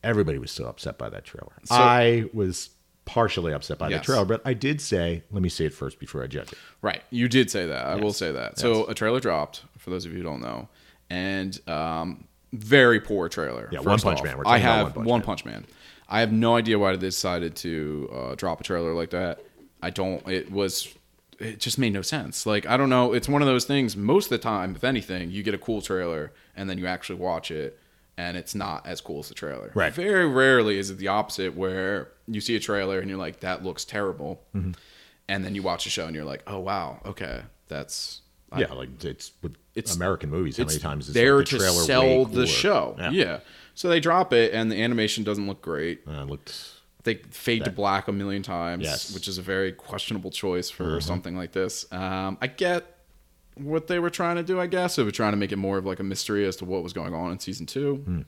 S2: everybody was so upset by that trailer.
S3: So-
S2: I was partially upset by
S3: Yes.
S2: the trailer, but I did say, let me see it first before I judge it.
S3: Right. You did say that. I will
S2: Yes.
S3: say that. So a trailer dropped for those of you who don't know, and um, very poor trailer.
S2: Yeah,
S3: first
S2: One Punch
S3: off.
S2: Man. We're
S3: I
S2: talking about
S3: have
S2: One Punch Man.
S3: Man. I have no idea why they decided to uh, drop a trailer like that. I don't. It was. It just made no sense. Like I don't know. It's one of those things. Most of the time, if anything, you get a cool trailer and then you actually watch it, and it's not as cool as the trailer.
S2: Right.
S3: Very rarely is it the opposite where you see a trailer and you're like, that looks terrible. And then you watch a show and you're like, oh, wow, okay, that's
S2: yeah, like it's with
S3: It's-
S2: American movies. How many times is
S3: there
S2: like, the
S3: to
S2: trailer
S3: sell
S2: leak
S3: the
S2: or-
S3: show? Yeah.
S2: Yeah,
S3: So they drop it, and the animation doesn't look great.
S2: And I Uh, looked.
S3: They fade to black a million times,
S2: Yes. Mm-hmm.
S3: which is a very questionable choice for something like this. Um, I get what they were trying to do. I guess they were trying to make it more of like a mystery as to what was going on in season two.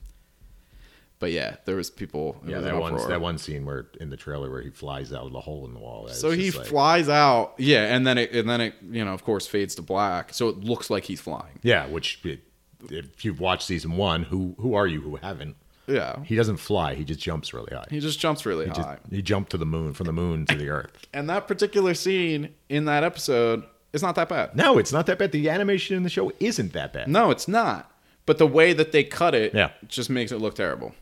S3: But yeah, there was people. it
S2: Hmm. Yeah,
S3: was an
S2: that one
S3: uproar.
S2: that one scene where in the trailer where he flies out of the hole in the wall.
S3: So he
S2: flies.
S3: flies out, yeah, and then it and then it you know of course fades to black, so it looks like he's flying.
S2: Yeah, which it, if you've watched season one, who who are you who haven't?
S3: Yeah,
S2: He doesn't fly. He just jumps really high.
S3: he just jumps really
S2: He just-
S3: high.
S2: he jumped to the moon from the moon to the earth.
S3: And that particular scene in that episode is not that bad.
S2: No, it's not that bad. The animation in the show isn't that bad.
S3: No, it's not. But the way that they cut it
S2: Yeah.
S3: just makes it look terrible.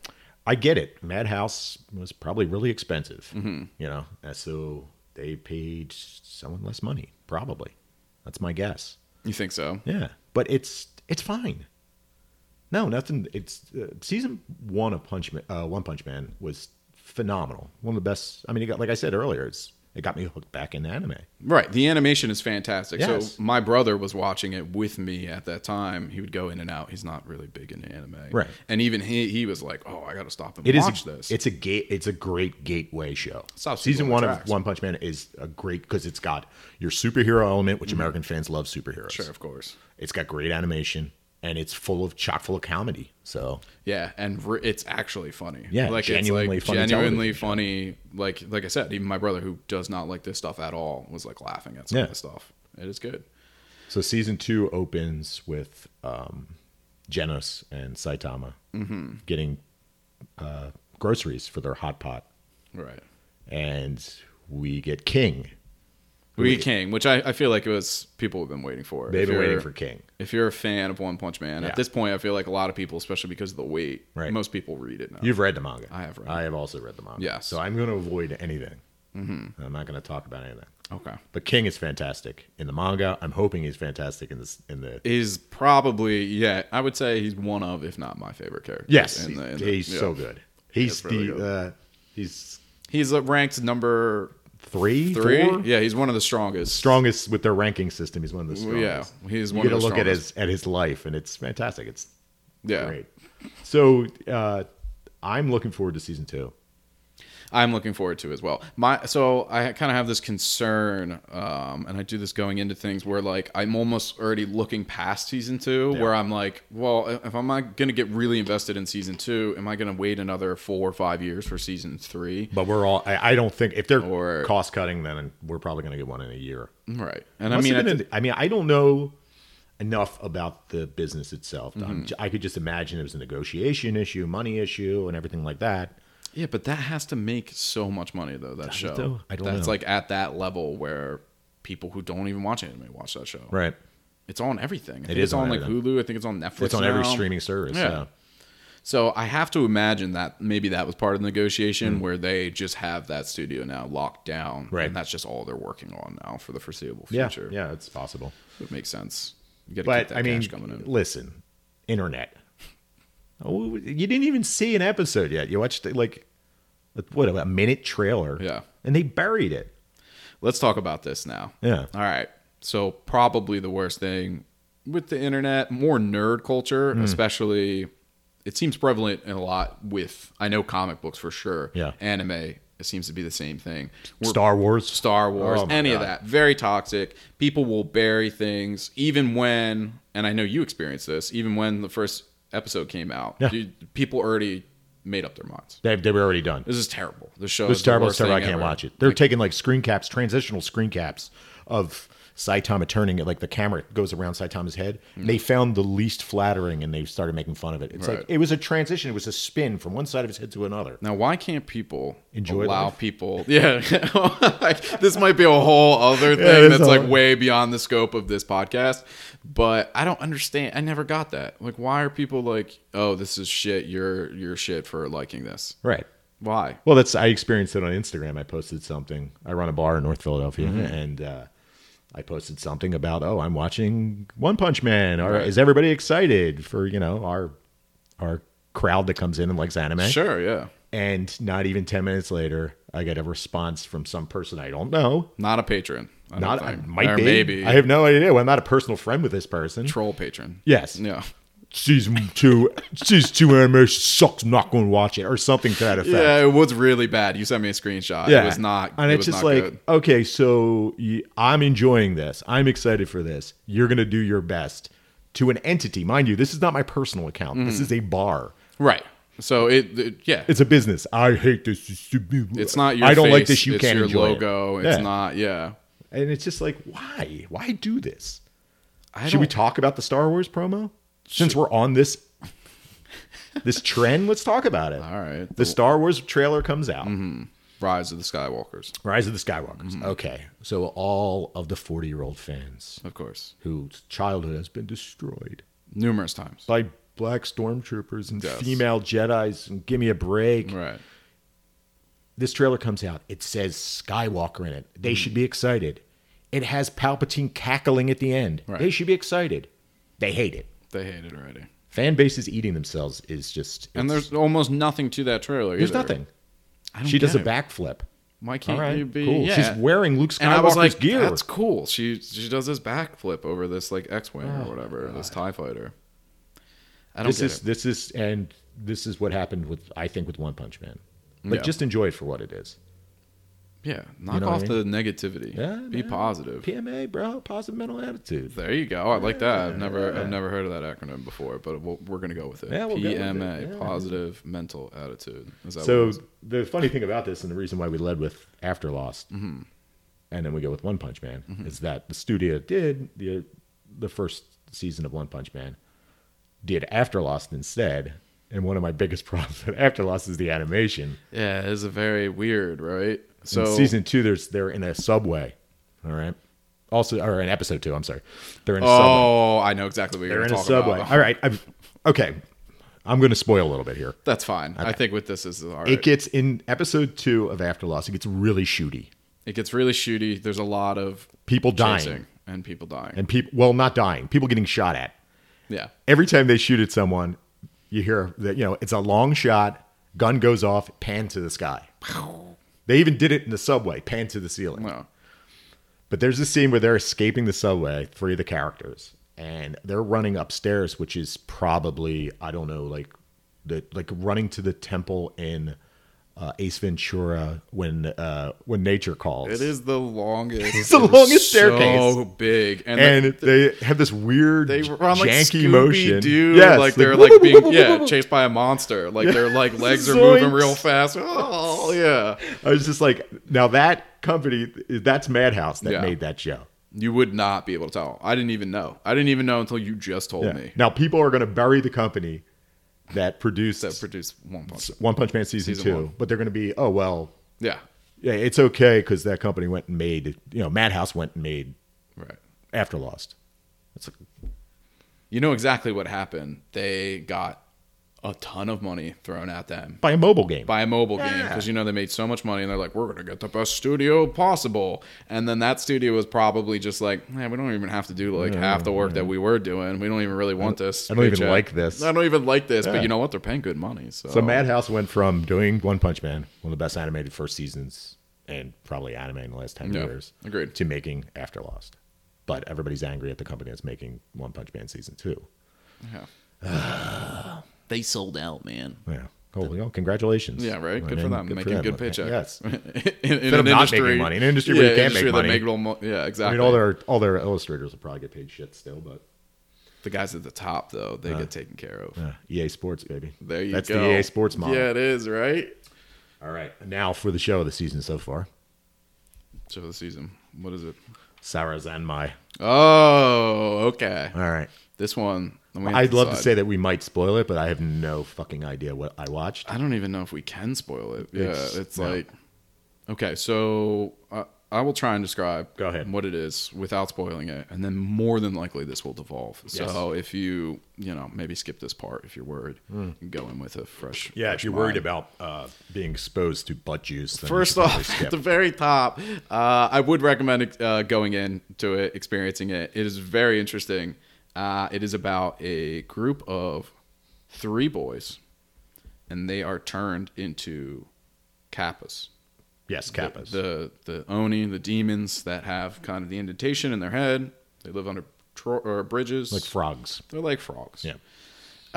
S2: I get it. Madhouse was probably really expensive,
S3: Mm-hmm.
S2: you know, and so they paid someone less money, probably. That's my guess.
S3: You think so?
S2: Yeah, but it's it's fine. No, nothing. It's uh, season one of Punch Man. Uh, one Punch Man was phenomenal. One of the best. I mean, it got like I said earlier, it's it got me hooked back into anime.
S3: Right. The animation is fantastic.
S2: Yes.
S3: So my brother was watching it with me at that time. He would go in and out. He's not really big into anime.
S2: Right.
S3: And even he he was like, "Oh, I got to stop and
S2: It is. a-
S3: watch this."
S2: It's a gate. It's a great gateway show.
S3: Stops
S2: season
S3: people
S2: one
S3: on the
S2: of
S3: tracks.
S2: One Punch Man is a great because it's got your superhero element, which American fans love superheroes.
S3: Mm-hmm. sure, of course.
S2: It's got great animation and it's full of chock full of comedy. So
S3: Yeah, and re- it's actually funny.
S2: Yeah,
S3: like
S2: genuinely
S3: it's like
S2: funny
S3: genuinely
S2: television
S3: funny. Like like I said, even my brother who does not like this stuff at all was like laughing at some
S2: Yeah.
S3: of the stuff. It is good.
S2: So season two opens with um, Genos and Saitama
S3: Mm-hmm.
S2: getting uh, groceries for their hot pot,
S3: Right.
S2: and we get King.
S3: We get King, which I, I feel like it was people have been waiting for.
S2: They've
S3: If
S2: been waiting
S3: you're-
S2: for King.
S3: If you're a fan of One Punch Man,
S2: Yeah.
S3: at this point, I feel like a lot of people, especially because of the weight,
S2: Right.
S3: most people read it now.
S2: You've read the manga.
S3: I have read
S2: I have also read the manga.
S3: Yes. Mm-hmm.
S2: So I'm going to avoid anything. I'm not going to talk about anything.
S3: okay.
S2: But King is fantastic in the manga. I'm hoping he's fantastic in this in the
S3: Is probably yeah. I would say he's one of, if not my favorite character.
S2: yes.
S3: in the- in
S2: he's
S3: the- yeah.
S2: so good. He's
S3: It's really
S2: the
S3: good.
S2: uh, he's
S3: He's uh, ranked number
S2: three
S3: three.
S2: four?
S3: Yeah, he's one of the strongest.
S2: strongest with their ranking system. He's one of the
S3: Well, yeah,
S2: strongest.
S3: he's
S2: you
S3: one of
S2: get
S3: the
S2: a look at his
S3: strongest.
S2: at his life, and it's fantastic. It's
S3: Yeah.
S2: great. So uh, I'm looking forward to season two.
S3: I'm looking forward to as well. My so I kind of have this concern, um, and I do this going into things where like I'm almost already looking past season two,
S2: Yeah.
S3: where I'm like, well, if I'm not gonna get really invested in season two, am I gonna wait another four or five years for season three?
S2: But we're all I, I don't think if they're
S3: Or-
S2: cost cutting, then we're probably going to get one in a year.
S3: Right, and
S2: Must
S3: I mean,
S2: have
S3: at
S2: been
S3: the-
S2: in- I mean, I don't know enough about the business itself.
S3: Mm-hmm.
S2: I'm j- I could just imagine it was a negotiation issue, money issue, and everything like that.
S3: yeah, but that has to make so much money though. That show,
S2: though? I don't
S3: that's
S2: know.
S3: like at that level where people who don't even watch anime watch that show.
S2: Right.
S3: It's on everything. I think
S2: is
S3: it's on,
S2: on
S3: like
S2: everything.
S3: Hulu. I think it's on Netflix.
S2: It's on every
S3: now.
S2: streaming service.
S3: Yeah.
S2: yeah.
S3: So I have to imagine that maybe that was part of the negotiation where they just have that studio now locked down,
S2: Mm. Right.
S3: And that's just all they're working on now for the foreseeable
S2: Yeah.
S3: future.
S2: Yeah. It's possible.
S3: it makes sense. You got to
S2: But
S3: keep that
S2: I mean,
S3: cash coming in.
S2: listen, internet. Oh, you didn't even see an episode yet. You watched like what a minute trailer.
S3: Yeah.
S2: and they buried it.
S3: Let's talk about this now.
S2: Yeah.
S3: All right. So probably the worst thing with the internet, more nerd culture,
S2: Hmm.
S3: especially. It seems prevalent in a lot with I know comic books for sure.
S2: Yeah.
S3: Anime. It seems to be the same thing. We're-
S2: Star Wars.
S3: Star Wars,
S2: Oh my
S3: any of
S2: God.
S3: that. Very toxic. People will bury things, even when, and I know you experienced this, even when the first episode came out,
S2: Yeah.
S3: dude, people already made up their minds.
S2: They they were already done.
S3: This is terrible. The show
S2: It's
S3: is
S2: terrible.
S3: The
S2: It's
S3: worst
S2: terrible. I
S3: thing
S2: can't
S3: ever.
S2: watch it. They're taking like screen caps, transitional screen caps of Saitama turning it. Like the camera goes around Saitama's head. They found the least flattering, and they started making fun of it. It's
S3: Mm. Right.
S2: like it was a transition. It was a spin from one side of his head to another.
S3: Now, why can't people
S2: Enjoy
S3: allow
S2: life.
S3: people? Yeah, like, this might be a whole other thing
S2: it's
S3: that's
S2: all-
S3: like way beyond the scope of this podcast. But I don't understand. I never got that. Like, why are people like, "Oh, this is shit. You're you're shit for liking this."
S2: Right.
S3: Why?
S2: Well, that's I experienced it on Instagram. I posted something. I run a bar in North Philadelphia,
S3: Mm-hmm.
S2: and uh, I posted something about, oh, I'm watching One Punch Man. Or
S3: Right.
S2: is everybody excited for you know our our crowd that comes in and likes anime?
S3: Sure. Yeah.
S2: And not even 10 minutes later, I get a response from some person I don't know.
S3: Not a patron. I don't
S2: Not, I
S3: think.
S2: might
S3: or
S2: be.
S3: maybe
S2: I have no idea. I'm not a personal friend with this person.
S3: troll patron.
S2: Yes.
S3: Yeah.
S2: Season two, season two anime sucks. I'm not going to watch it or something to that effect.
S3: Yeah, it was really bad. You sent me a screenshot. It was not.
S2: And
S3: it
S2: it's
S3: was
S2: just
S3: not
S2: like,
S3: good.
S2: okay, so you, I'm enjoying this. I'm excited for this. You're going to do your best to an entity. Mind you, this is not my personal account. This
S3: Mm.
S2: is a bar.
S3: right. So it, it- yeah, it's,
S2: It's a business. I hate this. It's
S3: not your.
S2: I don't like
S3: face,
S2: this. You
S3: it's
S2: can't
S3: your
S2: enjoy it.
S3: logo.
S2: Yeah.
S3: It's not. Yeah.
S2: And it's just like, why? Why do this?
S3: I
S2: Should we
S3: don't-
S2: talk about the Star Wars promo? Since we're on this this trend, let's talk about it.
S3: All right. Mm-hmm.
S2: The Star Wars trailer comes out.
S3: Rise of the Skywalkers,
S2: Rise of the Skywalkers.
S3: Mm-hmm.
S2: Okay. So all of the 40-year-old fans
S3: of course,
S2: whose childhood has been destroyed
S3: numerous times.
S2: by black stormtroopers and
S3: Yes.
S2: female Jedi's and give me a break.
S3: Right.
S2: This trailer comes out. It says Skywalker in it.
S3: Mm-hmm.
S2: They should be excited. It has Palpatine cackling at the end.
S3: Right.
S2: They should be excited. They hate it.
S3: They hate it already.
S2: Fan base is eating themselves is just
S3: And
S2: it's-
S3: there's almost nothing to that trailer.
S2: there's
S3: either.
S2: nothing.
S3: I don't
S2: She does a
S3: get it.
S2: backflip.
S3: Why can't
S2: All right,
S3: you be?
S2: cool.
S3: Yeah.
S2: She's wearing Luke Skywalker's
S3: and I was like,
S2: gear.
S3: "That's cool." She she does this backflip over this like X-wing or whatever, this Tie fighter. I don't
S2: Oh, this
S3: get
S2: is
S3: it.
S2: this is and this is what happened with I think with One Punch Man. Like
S3: Yeah.
S2: just enjoy it for what it is.
S3: Yeah, knock
S2: know what
S3: off
S2: I
S3: the negativity.
S2: Yeah,
S3: be
S2: man.
S3: positive.
S2: PMA, bro, positive mental attitude.
S3: There you go. I like that. I've never I've never heard of that acronym before, but we'll, we're gonna go with it.
S2: Yeah, we'll go with it.
S3: PMA,
S2: Yeah.
S3: positive mental attitude. Is that
S2: So
S3: what it
S2: the funny thing about this, and the reason why we led with After Lost,
S3: Mm-hmm.
S2: and then we go with One Punch Man, is that the studio did the the first season of One Punch Man did After Lost instead. And one of my biggest problems with After Lost is the animation.
S3: is? yeah, it's a very weird, right? So
S2: in season two, there's they're in a subway. All right. Also, or in episode two, I'm sorry, they're in a subway.
S3: oh, I know exactly what
S2: They're
S3: you're
S2: in
S3: gonna
S2: a
S3: talk
S2: subway.
S3: about.
S2: All right. I've, okay. I'm going to spoil a little bit here.
S3: That's fine. I think with this is all right.
S2: It gets in episode two of After Lost. It gets really shooty.
S3: It gets really shooty. There's a lot of
S2: People dying.
S3: chasing and people dying.
S2: and people well not dying people getting shot at
S3: yeah.
S2: every time they shoot at someone you hear that you know it's a long shot gun goes off pan to the sky they even did it in the subway pan to the ceiling
S3: No.
S2: but there's a scene where they're escaping the subway three of the characters and they're running upstairs which is probably i don't know like the like running to the temple in uh, ace ventura when uh when nature calls
S3: It is the longest. it's
S2: the longest
S3: So
S2: staircase.
S3: big, and,
S2: and
S3: the-
S2: they have this weird
S3: they run like
S2: janky
S3: Scooby
S2: motion
S3: Doo,
S2: Yes,
S3: like they're like being yeah
S2: whoop,
S3: chased by a monster. Like their like legs are
S2: Zoinks.
S3: moving real fast. Oh yeah,
S2: I was just like, now that company, that's Madhouse that
S3: Yeah.
S2: made that show.
S3: you would not be able to tell. I didn't even know. I didn't even know until you just told
S2: Yeah.
S3: me
S2: Now people are going to bury the company that produced
S3: that produced one punch.
S2: One Punch Man season,
S3: Season
S2: two,
S3: one.
S2: but they're going to be, oh well,
S3: Yeah,
S2: yeah, it's okay because that company went and made, you know, Madhouse went and made
S3: right.
S2: After Lost. It's like,
S3: You know exactly what happened. They got a ton of money thrown at them
S2: by a mobile game.
S3: by a mobile game 'cause game
S2: Yeah.
S3: because you know they made so much money and they're like we're gonna get the best studio possible and then that studio was probably just like man we don't even have to do like half the work that we were doing we don't even really want this
S2: I don't even
S3: paycheck.
S2: like this.
S3: i don't even like this but you know what they're paying good money so,
S2: so Madhouse went from doing One Punch Man, one of the best animated first seasons, and probably anime in the last ten
S3: Yeah,
S2: years,
S3: agreed.
S2: to making After Lost. But everybody's angry at the company that's making One Punch Man season two.
S3: yeah.
S4: They sold out, man.
S2: Yeah. Holy, oh, congratulations.
S3: Yeah, right. Good
S2: And
S3: for them.
S2: for
S3: Making
S2: them.
S3: good paycheck.
S2: Yes.
S3: in, in
S2: Instead of
S3: an
S2: not making
S3: industry,
S2: money. In an industry where you can't
S3: industry
S2: make
S3: that
S2: money.
S3: real mo- yeah,
S2: I
S3: exactly.
S2: mean, all their all their illustrators will probably get paid shit still, but
S3: the guys at the top though, they get taken care of.
S2: uh, EA Sports, baby.
S3: There you
S2: That's
S3: go.
S2: the EA Sports model.
S3: Yeah, it is right.
S2: All right. Now for the show of the season so far,
S3: So the season, what is it?
S2: Sarah Zanmai.
S3: Oh, okay.
S2: All right.
S3: This one, I'm gonna
S2: I'd love to
S3: decide.
S2: say that we might spoil it, but I have no fucking idea what I watched.
S3: I don't even know if we can spoil it. Yeah,
S2: It's-
S3: it's,
S2: no.
S3: like okay, so I, I will try and describe
S2: Go ahead.
S3: what it is without spoiling it, and then more than likely this will devolve. So if you you know maybe skip this part if you're worried, you go in with a fresh
S2: Hmm. Yeah, if
S3: fresh
S2: you're worried
S3: mind.
S2: about uh, being exposed to butt juice, then you
S3: First
S2: should probably
S3: off,
S2: skip.
S3: at the very top, uh, I would recommend uh, going into it, experiencing it. It is very interesting. Uh, it is about a group of three boys and they are turned into kappas.
S2: Yes, kappas.
S3: The the oni, the demons that have kind of the indentation in their head. They live under tro- or bridges.
S2: like frogs.
S3: They're like frogs.
S2: Yeah.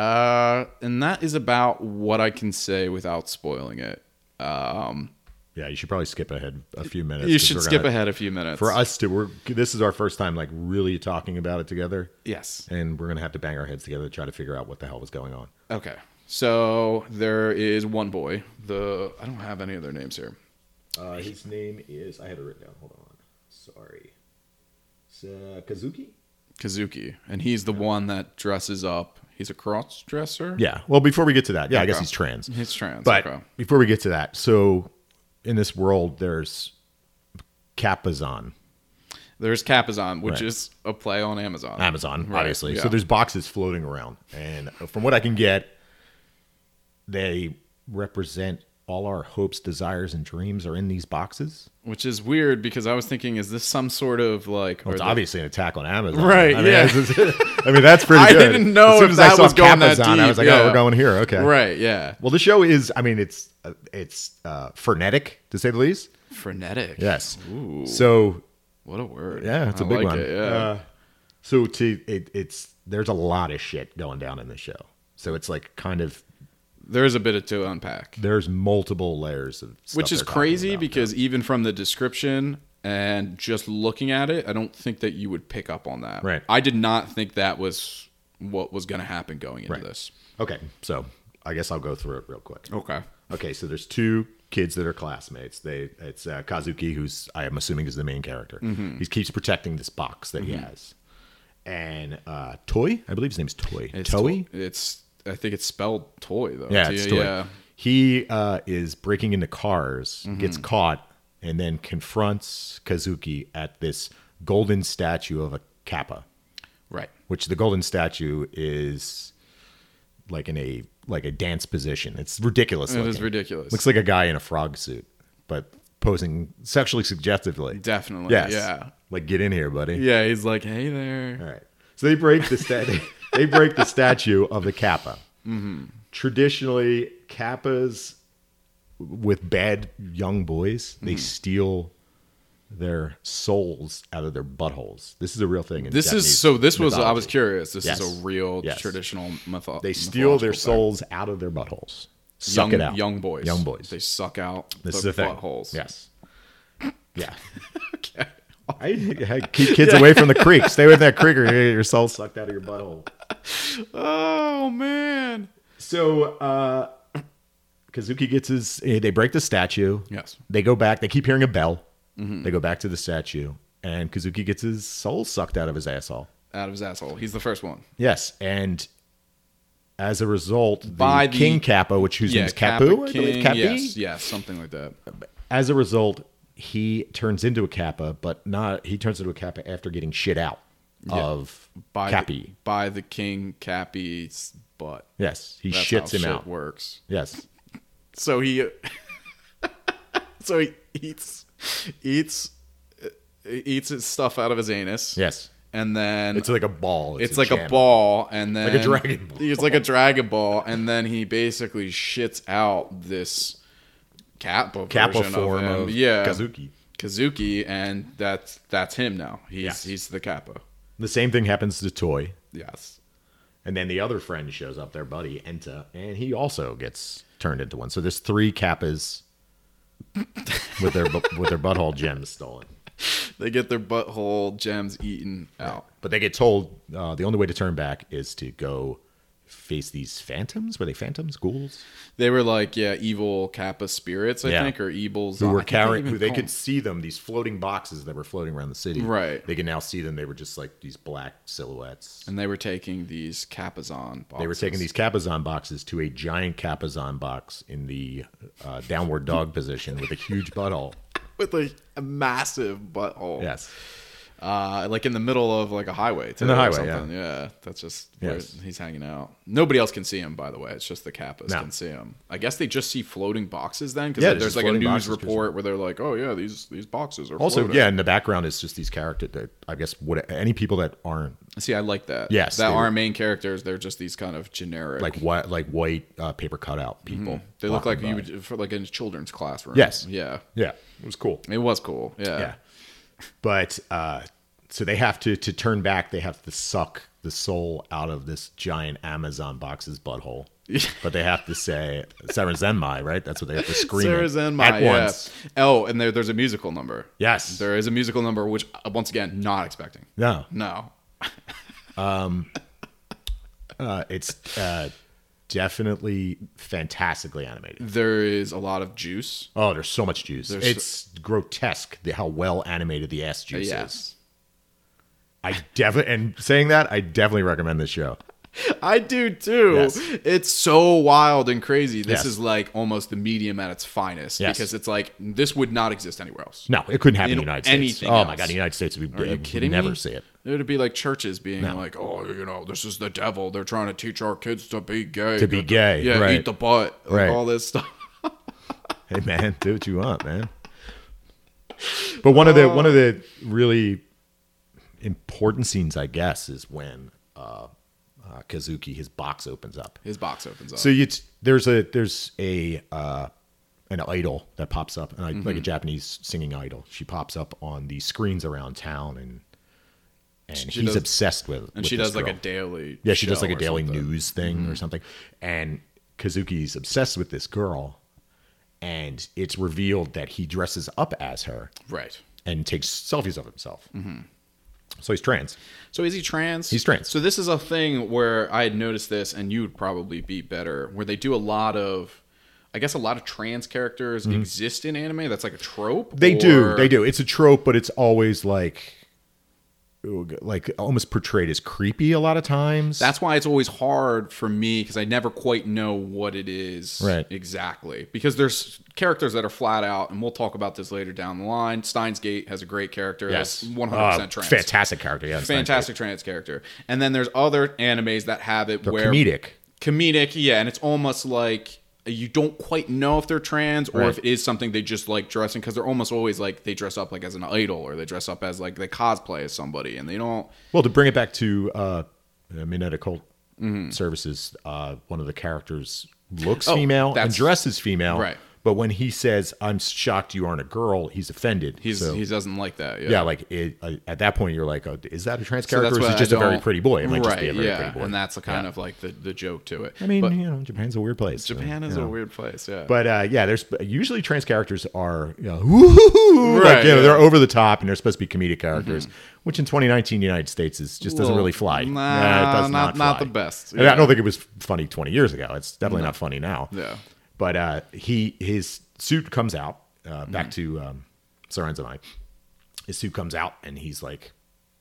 S3: Uh, and that is about what I can say without spoiling it. Um,
S2: Yeah, you should probably skip ahead a few minutes.
S3: you
S2: 'cause
S3: should
S2: we're
S3: skip
S2: gonna-
S3: ahead a few minutes
S2: For us to we're this is our first time like really talking about it together.
S3: Yes.
S2: And we're gonna have to bang our heads together to try to figure out what the hell was going on.
S3: Okay. So there is one boy. The I don't have any other names here.
S2: Uh, his name is I had it written down. Hold on. Sorry. Kazuki.
S3: Kazuki, and he's the one that dresses up. He's a cross dresser.
S2: Yeah. Well, before we get to that, yeah, I guess
S3: Okay.
S2: he's trans.
S3: He's trans,
S2: But
S3: okay.
S2: before we get to that, so in this world, there's Capazon,
S3: There's Capazon, which
S2: Right.
S3: is a play on Amazon.
S2: Amazon,
S3: Oh, Right,
S2: obviously.
S3: yeah.
S2: So there's boxes floating around, and from what I can get, they represent all our hopes, desires, and dreams are in these boxes.
S3: which is weird because I was thinking, is this some sort of like?
S2: Well,
S3: or
S2: it's
S3: the-
S2: obviously an attack on Amazon,
S3: Right,
S2: I mean,
S3: yeah.
S2: it's- I mean, that's pretty.
S3: I
S2: good.
S3: didn't know
S2: as soon
S3: if
S2: as I
S3: that
S2: saw
S3: was going that
S2: Capazon, I
S3: deep,
S2: was like, oh,
S3: yeah.
S2: we're going here. Okay,
S3: Right. Yeah.
S2: Well, the show is. I mean, it's uh, it's uh, frenetic to say the least.
S3: Frenetic.
S2: Yes.
S3: Ooh.
S2: So
S3: What a word.
S2: yeah, it's a
S3: I
S2: big
S3: like
S2: one.
S3: it, yeah.
S2: Uh, so to it, it's there's a lot of shit going down in the show. So it's like kind of
S3: There's a bit to unpack.
S2: there's multiple layers of stuff
S3: which is
S2: they're talking
S3: crazy
S2: about.
S3: because even from the description and just looking at it, I don't think that you would pick up on that.
S2: Right.
S3: I did not think that was what was going to happen going into
S2: Right.
S3: this.
S2: okay, so I guess I'll go through it real quick.
S3: Okay.
S2: Okay, so there's two kids that are classmates. They it's uh, Kazuki, who's I am assuming is the main character.
S3: Mm-hmm.
S2: He keeps protecting this box that he has, and uh, Toy, I believe his name's Toy. Toy,
S3: It's I think it's spelled toy though. E,
S2: Yeah, it's Toy.
S3: Yeah. Mm-hmm.
S2: He uh, is breaking into cars, gets caught, and then confronts Kazuki at this golden statue of a kappa,
S3: Right.
S2: which the golden statue is like in a like a dance position. It's ridiculous.
S3: It is
S2: looking.
S3: ridiculous.
S2: Looks like a guy in a frog suit, but posing sexually suggestively.
S3: Definitely.
S2: Yes.
S3: Yeah.
S2: Like get in here, buddy.
S3: Yeah, he's like, "Hey there."
S2: All right. So they break the stat- they break the statue of the kappa.
S3: Mm-hmm.
S2: Traditionally, kappas with bad young boys
S3: Mm-hmm.
S2: they steal their souls out of their buttholes. This is a real thing. In
S3: This
S2: Japanese
S3: is so this was I was
S2: mythology.
S3: curious. This
S2: Yes.
S3: is a real
S2: Yes.
S3: traditional mytho-
S2: They steal
S3: mythological
S2: their
S3: thing.
S2: souls out of their buttholes. Suck
S3: Young,
S2: it out,
S3: young boys.
S2: Young boys.
S3: They suck out
S2: this
S3: the
S2: is the thing.
S3: buttholes.
S2: Yes. Yeah. okay. I, I keep kids away from the creek. Stay with that creek, or you get your soul sucked out of your butthole.
S3: Oh man.
S2: So uh Kazuki gets his eh, they break the statue.
S3: Yes. Mm-hmm.
S2: They go back, they keep hearing a bell. They go back to the statue and Kazuki gets his soul sucked out of his asshole.
S3: out of his asshole. He's the first one.
S2: Yes, and as a result, the
S3: By the-
S2: King Kappa, which whose name is Kapu, I believe Kapi?
S3: Yes, yes, something like that.
S2: As a result, he turns into a Kappa, but not he turns into a Kappa after getting shit out of
S3: By The,
S2: Cappy.
S3: by the king Cappy's butt.
S2: Yes, he
S3: That's
S2: shits
S3: how
S2: him
S3: shit
S2: out.
S3: Works.
S2: Yes.
S3: So he, so he eats, eats, uh, eats his stuff out of his anus.
S2: Yes.
S3: and then
S2: It's like a ball.
S3: it's like a
S2: channel.
S3: ball, and then
S2: a dragon ball.
S3: It's like a dragon ball, and then he basically shits out this Kappa
S2: Kappa
S3: version
S2: form
S3: of, him.
S2: of
S3: yeah
S2: Kazuki.
S3: Kazuki, and that's that's him now. He's
S2: Yes.
S3: he's the Kappa.
S2: The same thing happens to Toy.
S3: Yes.
S2: And then the other friend shows up, their buddy, Enta, and he also gets turned into one. So there's three Kappas with their bu- with their butthole gems stolen.
S3: They get their butthole gems eaten out.
S2: But they get told uh, the only way to turn back is to go face these phantoms. Were they phantoms? Ghouls?
S3: They were like, yeah, evil Kappa spirits, I
S2: Yeah.
S3: think, or evils.
S2: Who were carrying, who they could see them, these floating boxes that were floating around the city.
S3: Right.
S2: They can now see them. They were just like these black silhouettes.
S3: And they were taking these Kappas on. Boxes.
S2: They were taking these Capazon boxes to a giant Capazon box in the uh, downward dog position with a huge butthole.
S3: with like a massive butthole.
S2: Yes.
S3: uh, like in the middle of like a highway. Today
S2: the
S3: or
S2: highway, yeah.
S3: something. yeah. That's just where
S2: Yes.
S3: he's hanging out. Nobody else can see him, by the way. It's just the Kappas
S2: No.
S3: can see him. I guess they just see floating boxes then, because
S2: Yeah,
S3: there's
S2: just
S3: like a
S2: floating
S3: news
S2: boxes,
S3: report where they're like, oh yeah, these these boxes are
S2: Also,
S3: floating."
S2: yeah, in the background is just these characters that I guess would any people that aren't
S3: See, I like that.
S2: Yes,
S3: that
S2: they
S3: are
S2: were-
S3: main characters. They're just these kind of generic,
S2: like what like white uh, paper cutout people.
S3: Mm-hmm. they look like
S2: walking
S3: you
S2: by.
S3: would for like in a children's classroom.
S2: Yes.
S3: yeah,
S2: Yeah, it was cool.
S3: it was cool. Yeah,
S2: Yeah. But uh, so they have to to turn back. They have to suck the soul out of this giant Amazon box's butthole. but they have to say Sarazenmai, right? That's what they have to scream
S3: Sarah
S2: it
S3: Zenmai,
S2: at
S3: yeah.
S2: once.
S3: Oh, and there, there's a musical number.
S2: Yes.
S3: there is a musical number, which uh, once again, not expecting.
S2: No,
S3: No,
S2: uh, it's uh, definitely fantastically animated.
S3: there is a lot of juice.
S2: Oh, there's so much juice.
S3: There's so-
S2: it's grotesque the, how well animated the ass juice is.
S3: Yes,
S2: I definitely and saying that, I definitely recommend this show.
S3: I do too.
S2: Yes.
S3: It's so wild and crazy. This
S2: Yes.
S3: is like almost the medium at its finest
S2: Yes.
S3: because it's like this would not exist anywhere else.
S2: No, it couldn't happen in
S3: In
S2: the United States.
S3: anything
S2: oh my
S3: else.
S2: god, the United States would be
S3: Are you
S2: would
S3: kidding me?
S2: never see it.
S3: It would be like churches being like, "Oh, you know, this is the devil. They're trying to teach our kids to be gay.
S2: To be
S3: Get-
S2: gay,
S3: Yeah,
S2: right.
S3: eat the butt. Like
S2: Right.
S3: all this stuff.
S2: hey man, do what you want, man. But one of the one of the really important scenes, I guess, is when uh, uh, Kazuki his box opens up.
S3: His box opens up.
S2: So you there's a there's a uh, an idol that pops up, and I,
S3: Mm-hmm.
S2: like a Japanese singing idol. She pops up on the screens around town, and and
S3: She
S2: he's
S3: does-
S2: obsessed with.
S3: and
S2: with
S3: she
S2: this
S3: does like
S2: girl.
S3: a daily.
S2: Yeah, she does
S3: show
S2: like a
S3: or
S2: daily
S3: something. Mm-hmm.
S2: news thing or something. And Kazuki's obsessed with this girl, and it's revealed that he dresses up as her
S3: Right.
S2: and takes selfies of himself.
S3: Mm-hmm.
S2: So he's trans.
S3: So is he trans?
S2: He's trans.
S3: So this is a thing where I had noticed this, and you would probably be better. Where they do a lot of, I guess, a lot of trans characters exist in anime. That's like a trope.
S2: Mm-hmm. They do,
S3: or-
S2: they do. It's a trope, but it's always like, like almost portrayed as creepy a lot of times.
S3: That's why it's always hard for me because I never quite know what it is
S2: Right.
S3: exactly. Because there's characters that are flat out, and we'll talk about this later down the line. Steins Gate has a great character.
S2: yes,
S3: that's 100%
S2: Uh,
S3: trans.
S2: fantastic character. Yeah, it's nice.
S3: Fantastic trans character. And then there's other animes that have it
S2: They're
S3: where
S2: comedic.
S3: comedic, yeah, and it's almost like you don't quite know if they're trans or
S2: Right.
S3: if it is something they just like dressing because they're almost always like they dress up like as an idol or they dress up as like they cosplay as somebody and they don't
S2: Well, to bring it back to uh, Minetta Cult Services, uh, one of the characters looks
S3: Mm-hmm. Oh,
S2: female and
S3: that's-
S2: dresses female.
S3: Right.
S2: But when he says, I'm shocked you aren't a girl, he's offended.
S3: he's
S2: So,
S3: he doesn't like that
S2: yeah, like it, uh, at that point, you're like, oh, is that a trans
S3: So
S2: character or is
S3: why
S2: he just
S3: I
S2: a very
S3: don't-
S2: pretty boy? It might
S3: right,
S2: just be a very
S3: yeah.
S2: pretty boy.
S3: And that's the kind of like the, the joke to it.
S2: I mean,
S3: But
S2: you know, Japan's a weird place. so,
S3: Japan is
S2: you know.
S3: a weird place, yeah.
S2: But uh, yeah, there's usually trans characters are you know, woo-hoo-hoo, like,
S3: Right,
S2: you know,
S3: yeah. Mm-hmm.
S2: they're over the top and they're supposed to be comedic characters, which in 2019 United States is just doesn't
S3: Well,
S2: really fly. Uh,
S3: nah,
S2: it does
S3: not- not
S2: fly.
S3: the best,
S2: And I
S3: yeah.
S2: don't think it was funny 20 years ago. It's definitely not funny now.
S3: Yeah.
S2: But uh, he his suit comes out uh, back
S3: Mm-hmm.
S2: to um, Soren's and I. His suit comes out and he's like.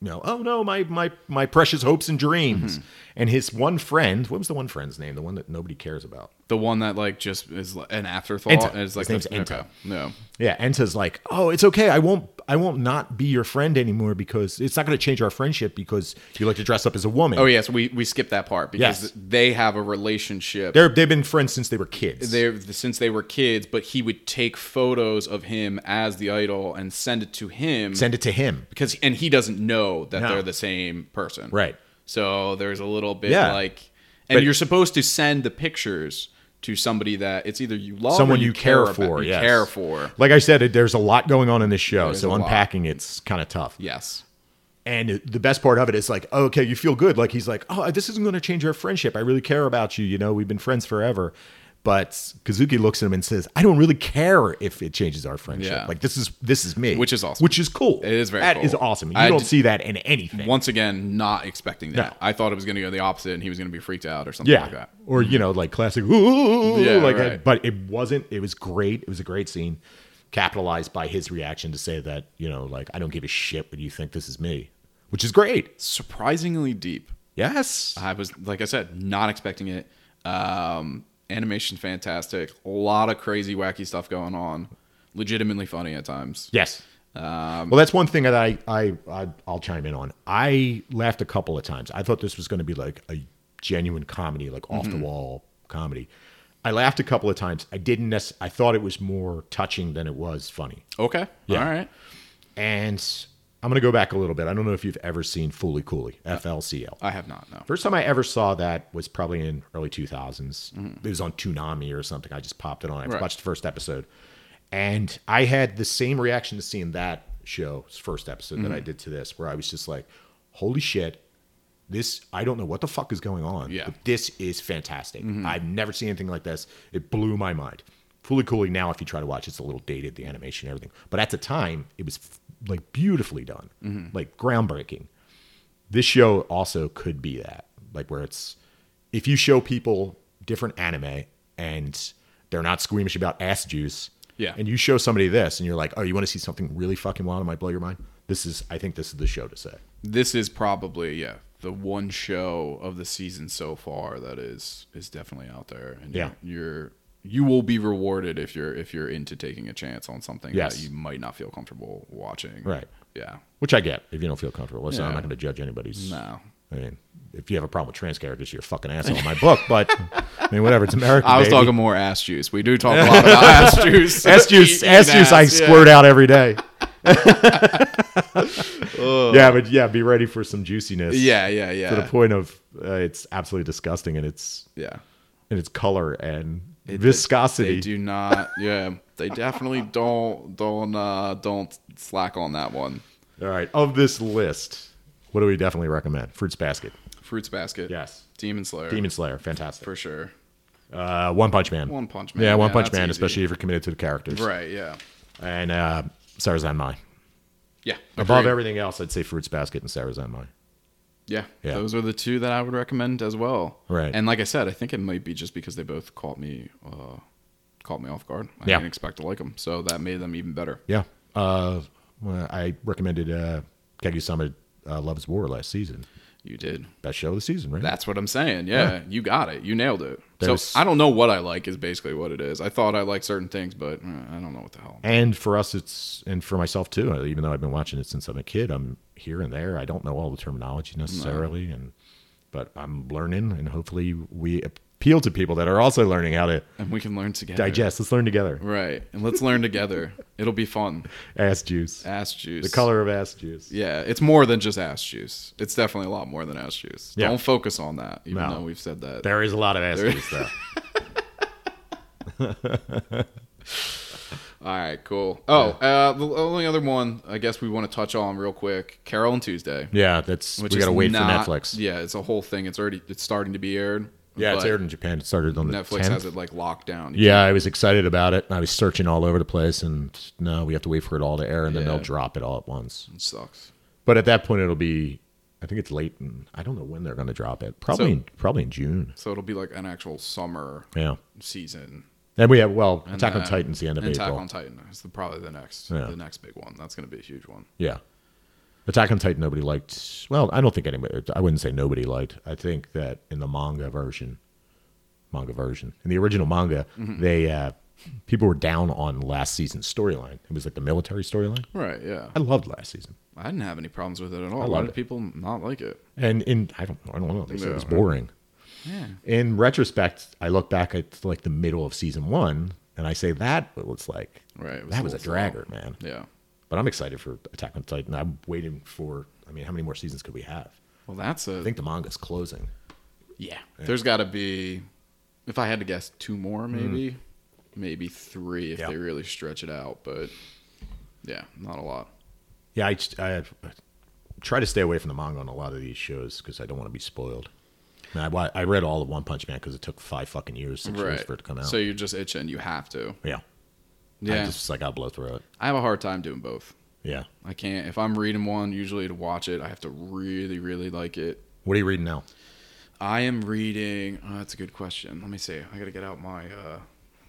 S2: You know, oh no, my my my precious hopes and dreams.
S3: Mm-hmm.
S2: And his one friend, what was the one friend's name? The one that nobody cares about.
S3: the one that like just is like an afterthought
S2: Enta.
S3: and it's like
S2: His name's
S3: the-
S2: Enta.
S3: okay, No.
S2: Yeah, Enta's like, "Oh, it's okay. I won't I won't not be your friend anymore because it's not going to change our friendship because you like to dress up as a woman."
S3: Oh yes, we we skipped that part because
S2: Yes.
S3: they have a relationship.
S2: They're they've been friends since they were kids.
S3: they since they were kids, but he would take photos of him as the idol and send it to him
S2: Send it to him.
S3: because and he doesn't know that
S2: No.
S3: they're the same person.
S2: Right.
S3: So there's a little bit
S2: Yeah.
S3: like and
S2: But-
S3: you're supposed to send the pictures to somebody that it's either you love
S2: Someone
S3: or
S2: you, care, for,
S3: about,
S2: yes.
S3: you care for.
S2: Like I said, it- there's a lot going on in this show,
S3: There's a
S2: so
S3: lot.
S2: unpacking it's kind of tough.
S3: Yes.
S2: And it- the best part of it is like, okay, you feel good. Like he's like, oh, this isn't going to change our friendship. I really care about you. You know, we've been friends forever. But Kazuki looks at him and says, I don't really care if it changes our friendship.
S3: Yeah.
S2: Like this is this is me,
S3: Which is awesome.
S2: Which is cool.
S3: It is very
S2: That
S3: cool.
S2: is awesome. You
S3: I
S2: don't
S3: d-
S2: see that in anything.
S3: Once again, not expecting that.
S2: No.
S3: I thought it was going to go the opposite and he was going to be freaked out or something
S2: yeah.
S3: like that.
S2: Or you know, like classic. Ooh,
S3: Yeah,
S2: like
S3: right.
S2: that. But it wasn't. It was great. It was a great scene, capitalized by his reaction to say that you know, like I don't give a shit what you think. This is me, which is great.
S3: Surprisingly deep.
S2: Yes.
S3: I was, like I said, not expecting it. Um, animation fantastic. A lot of crazy, wacky stuff going on. Legitimately funny at times.
S2: Yes. well, that's one thing that I, I, I I'll chime in on. I laughed a couple of times. I thought this was going to be like a genuine comedy, like off the wall comedy. I laughed a couple of times. I didn't. Nec- I thought it was more touching than it was funny.
S3: Okay.
S2: Yeah.
S3: All right.
S2: And I'm going to go back a little bit. I don't know if you've ever seen Fooly Cooley, FLCL.
S3: I have not. No.
S2: First time I ever saw that was probably in early 2000s. It was on Toonami or something. I just popped it on. I
S3: Right.
S2: watched the first episode. And I had the same reaction to seeing that show's first episode that I
S3: Mm-hmm.
S2: did to this, where I was just like, holy shit, this, I don't know what the fuck is going on.
S3: Yeah. Mm-hmm.
S2: But this is fantastic. I've never seen anything like this. It blew my mind. Fully Cooley now, if you try to watch, it's a little dated, the animation, and everything. But at the time, it was f- like beautifully done,
S3: Mm-hmm.
S2: like groundbreaking this show also could be that like where it's if you show people different anime and they're not squeamish about ass juice
S3: Yeah.
S2: and you show somebody this and you're like oh you want to see something really fucking wild that might blow your mind this is i think this is the show to say
S3: This is probably yeah the one show of the season so far that is is definitely out there, and
S2: Yeah.
S3: you're. you're you will be rewarded if you're if you're into taking a chance on something
S2: Yes.
S3: that you might not feel comfortable watching.
S2: Right.
S3: Yeah.
S2: which i get if you don't feel comfortable so i'm
S3: Yeah.
S2: not going to judge anybody's
S3: No.
S2: i mean if you have a problem with trans characters you're a fucking asshole in my book but i mean whatever it's america
S3: I was
S2: baby.
S3: talking more ass juice. We do talk a lot about ass juice.
S2: ass juice,
S3: Eating
S2: ass juice, I
S3: ass, yeah.
S2: squirt out every day. yeah, but yeah, be ready for some juiciness.
S3: Yeah, yeah, yeah.
S2: to the point of uh, it's absolutely disgusting in its
S3: Yeah.
S2: in its color and
S3: It-
S2: viscosity.
S3: They do not. Yeah, they definitely don't don't uh, don't slack on that one.
S2: All right, of this list, what do we definitely recommend? Fruits Basket,
S3: Fruits Basket.
S2: Yes.
S3: Demon Slayer.
S2: Demon Slayer, fantastic.
S3: for sure.
S2: Uh, One Punch Man.
S3: One Punch Man,
S2: Yeah, One
S3: yeah,
S2: Punch
S3: that's
S2: Man,
S3: easy.
S2: especially if you're committed to the characters.
S3: Right. Yeah.
S2: And uh, Sarazanmai.
S3: Yeah.
S2: Above
S3: agreed.
S2: everything else, I'd say Fruits Basket and Sarazanmai.
S3: Yeah,
S2: Yeah.
S3: Those are the two that I would recommend as well.
S2: Right.
S3: And like I said, I think it might be just because they both caught me uh, caught me off guard. I
S2: Yeah.
S3: didn't expect to like them, so that made them even better.
S2: Yeah. Uh, well, I recommended uh, Kegu Summit uh, Love's War last season.
S3: You did.
S2: Best show of the season, right?
S3: That's what I'm saying. Yeah, you got it. You nailed it.
S2: There's-
S3: So I don't know what I like is basically what it is. I thought I liked certain things, but uh, I don't know what the hell.
S2: and for us, it's and for myself too. uh, Even though I've been watching it since I'm a kid, I'm here and there. I don't know all the terminology necessarily, and but I'm learning, and hopefully we appeal to people that are also learning how to
S3: And we can learn together.
S2: digest. Let's learn together.
S3: Right. And let's learn together. It'll be fun.
S2: Ass juice,
S3: Ass juice.
S2: the color of ass juice.
S3: Yeah, it's more than just ass juice. It's definitely a lot more than ass juice.
S2: Yeah.
S3: Don't focus on that, even
S2: No.
S3: though we've said that.
S2: There is a lot of ass juice though.
S3: All right, cool. Oh, uh, the only other one I guess we want to touch on real quick Carol and Tuesday.
S2: Yeah, that's we
S3: is
S2: gotta wait
S3: not-
S2: for Netflix.
S3: Yeah, it's a whole thing. It's already it's starting to be aired.
S2: Yeah, it's
S3: but
S2: aired in Japan. It started on the
S3: Netflix
S2: 10th.
S3: has it like locked down.
S2: Yeah, I was excited about it. and I was searching all over the place, and no, we have to wait for it all to air, and then
S3: Yeah.
S2: they'll drop it all at once.
S3: It sucks.
S2: But at that point, it'll be. I think it's late, and I don't know when they're going to drop it. Probably,
S3: So-
S2: in, probably in June.
S3: So it'll be like an actual summer
S2: Yeah.
S3: season.
S2: And we have well, Attack on
S3: then-
S2: Titan's the end of
S3: uh, and
S2: April.
S3: Attack on Titan is the, probably the next
S2: Yeah.
S3: the next big one. That's going to be a huge one.
S2: yeah, Attack on Titan. Nobody liked. Well, I don't think anybody. I wouldn't say nobody liked. I think that in the manga version, manga version, in the original manga,
S3: Mm-hmm.
S2: they uh, people were down on last season's storyline. It was like the military storyline.
S3: Right. Yeah.
S2: I loved last season.
S3: I didn't have any problems with it at all.
S2: I
S3: Why
S2: loved
S3: did
S2: it.
S3: people not like it?
S2: And in I don't I don't know. They said it was
S3: Yeah.
S2: boring.
S3: Yeah.
S2: In retrospect, I look back at like the middle of season one, and I say that it was like
S3: Right, it was
S2: that
S3: a
S2: was a
S3: little slow.
S2: dragger, man.
S3: Yeah.
S2: But I'm excited for Attack on Titan. I'm waiting for. I mean, how many more seasons could we have?
S3: Well, that's a
S2: I think the manga's closing.
S3: yeah. There's got to be, if I had to guess, two more maybe, maybe three if
S2: Mm. Yeah.
S3: they really stretch it out. But yeah, not a lot.
S2: Yeah, I, I try to stay away from the manga on a lot of these shows because I don't want to be spoiled. And I, wa- I read all of One Punch Man because it took five fucking years, six years
S3: Right.
S2: for it to come out.
S3: So you're just itching. You have to.
S2: yeah,
S3: Yeah.
S2: I just like I'll blow through it.
S3: I have a hard time doing both.
S2: Yeah.
S3: I can't. If I'm reading one, usually to watch it, I have to really, really like it.
S2: What are you reading now?
S3: I am reading. Oh, that's a good question. Let me see. I got to get out my uh,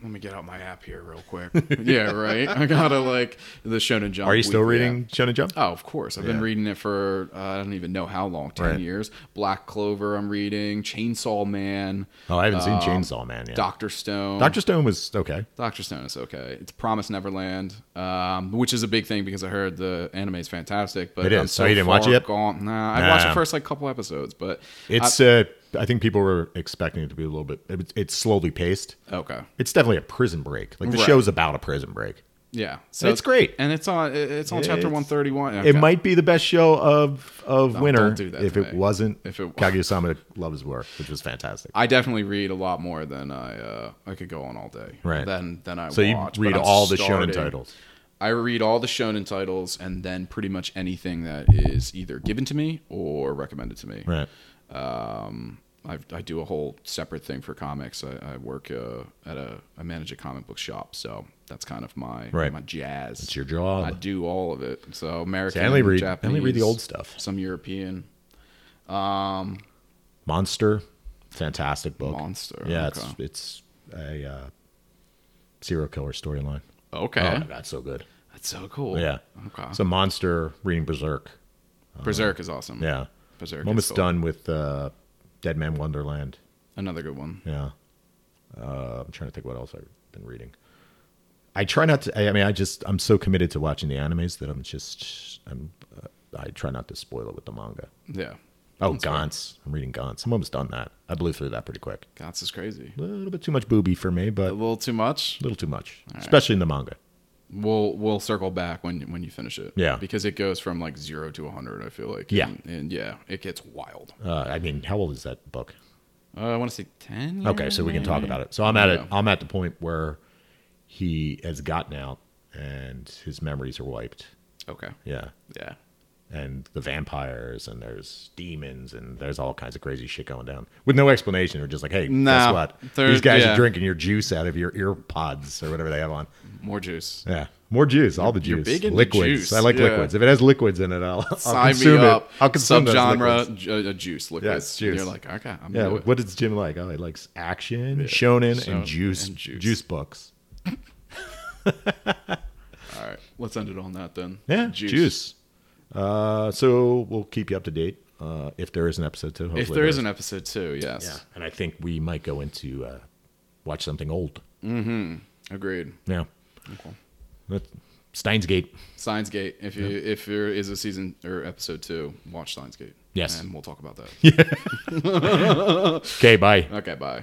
S3: let me get out my app here real quick. yeah, right. I gotta like the Shonen Jump.
S2: Are you still
S3: weekly app.
S2: reading Shonen Jump?
S3: Oh, of course. I've been
S2: Yeah.
S3: reading it for uh, I don't even know how long, ten
S2: Right.
S3: years. Black Clover. I'm reading Chainsaw Man.
S2: Oh, I haven't
S3: Uh,
S2: seen Chainsaw Man yet.
S3: Doctor Stone.
S2: Doctor Stone was okay.
S3: Doctor Stone is okay. It's Promise Neverland, um, which is a big thing because I heard the anime is fantastic. But
S2: It is.
S3: I'm
S2: So you didn't watch
S3: far
S2: it yet?
S3: Gone. Nah, I watched the
S2: Nah.
S3: first like couple episodes, but
S2: It's uh, I think people were expecting it to be a little bit. It, it's slowly paced.
S3: I- okay.
S2: It's definitely a prison break. Like the
S3: Right.
S2: show's about a prison break.
S3: Yeah, so
S2: it's great.
S3: and it's on. it- It's on chapter
S2: It's-
S3: one thirty one.
S2: It might be the best show of of winter
S3: don't do that
S2: if
S3: to
S2: it
S3: me.
S2: wasn't
S3: If it-
S2: Kaguya-sama Love's War, which was fantastic.
S3: I definitely read a lot more than I uh, I could go on all day.
S2: Right.
S3: Than than I
S2: so you
S3: watch, but
S2: read
S3: I'm
S2: all the
S3: starting-
S2: shonen titles.
S3: I read all the shonen titles and then pretty much anything that is either given to me or recommended to me.
S2: Right.
S3: I, I do a whole separate thing for comics. I, I work uh, at a I manage a comic book shop, so that's kind of my
S2: Right.
S3: my jazz. It's
S2: your job.
S3: I do all of it. So American,
S2: See, I only read- I only
S3: Japanese,
S2: read the old stuff.
S3: Some European
S2: Monster, fantastic book.
S3: monster.
S2: Yeah,
S3: okay.
S2: it's it's a uh, serial killer storyline.
S3: Okay.
S2: Oh my god, so good.
S3: that's so cool.
S2: Yeah.
S3: Okay.
S2: So monster reading Berserk.
S3: Berserk is awesome.
S2: Yeah.
S3: Berserk
S2: I'm
S3: is
S2: almost
S3: cool.
S2: done with uh, Dead Man Wonderland.
S3: Another good one.
S2: Yeah. Uh, I'm trying to think what else I've been reading. I try not to. I, I mean, I just I'm so committed to watching the animes that I'm just I'm uh, I try not to spoil it with the manga.
S3: Yeah.
S2: Oh, Gantz. I'm reading Gantz. I'm almost done that. I blew through that pretty quick.
S3: Gots is crazy.
S2: A little bit too much booby for me, but
S3: A
S2: a
S3: little too much.
S2: little too much, especially in the manga.
S3: We'll we'll circle back when when you finish it.
S2: Yeah.
S3: Because it goes from like zero to hundred. I feel like.
S2: Yeah.
S3: And, and yeah, it gets wild.
S2: Uh, I mean, how old is that book?
S3: Uh, I want to say ten.
S2: Okay, so we can talk about it. So I'm at it.
S3: Yeah.
S2: I'm at the point where he has gotten out and his memories are wiped.
S3: Okay.
S2: Yeah,
S3: Yeah.
S2: and the vampires and there's demons and there's all kinds of crazy shit going down with no explanation. They're just like, hey,
S3: Nah,
S2: guess what?
S3: there-
S2: These guys
S3: yeah.
S2: are drinking your juice out of your ear pods or whatever they have on.
S3: More juice.
S2: Yeah, more juice, all the
S3: You're
S2: juice,
S3: big into
S2: liquids.
S3: juice,
S2: I like
S3: yeah.
S2: liquids. If it has liquids in it, I'll, I'll
S3: Sign me
S2: consume
S3: up.
S2: it. I'll consume those liquids.
S3: Subgenre ju- uh, juice liquids.
S2: Yes,
S3: And
S2: juice.
S3: you're like, okay, I'm
S2: Yeah,
S3: into
S2: what,
S3: it.
S2: what does Jim like? Oh, he likes action, shonen,
S3: Shonen
S2: and juice,
S3: and juice.
S2: juice, books.
S3: All right, let's end it on that then.
S2: Yeah, juice. Uh, so we'll keep you up to date uh, if there is an episode two. Hopefully
S3: If there is an episode two, yes,
S2: yeah, and I think we might go into uh, watch something old.
S3: agreed.
S2: Yeah, That's- Steins Gate.
S3: Science Gate. If you if there is a season or episode two, watch Science Gate.
S2: Yes.
S3: and we'll talk about that.
S2: Okay, bye.
S3: Okay, bye.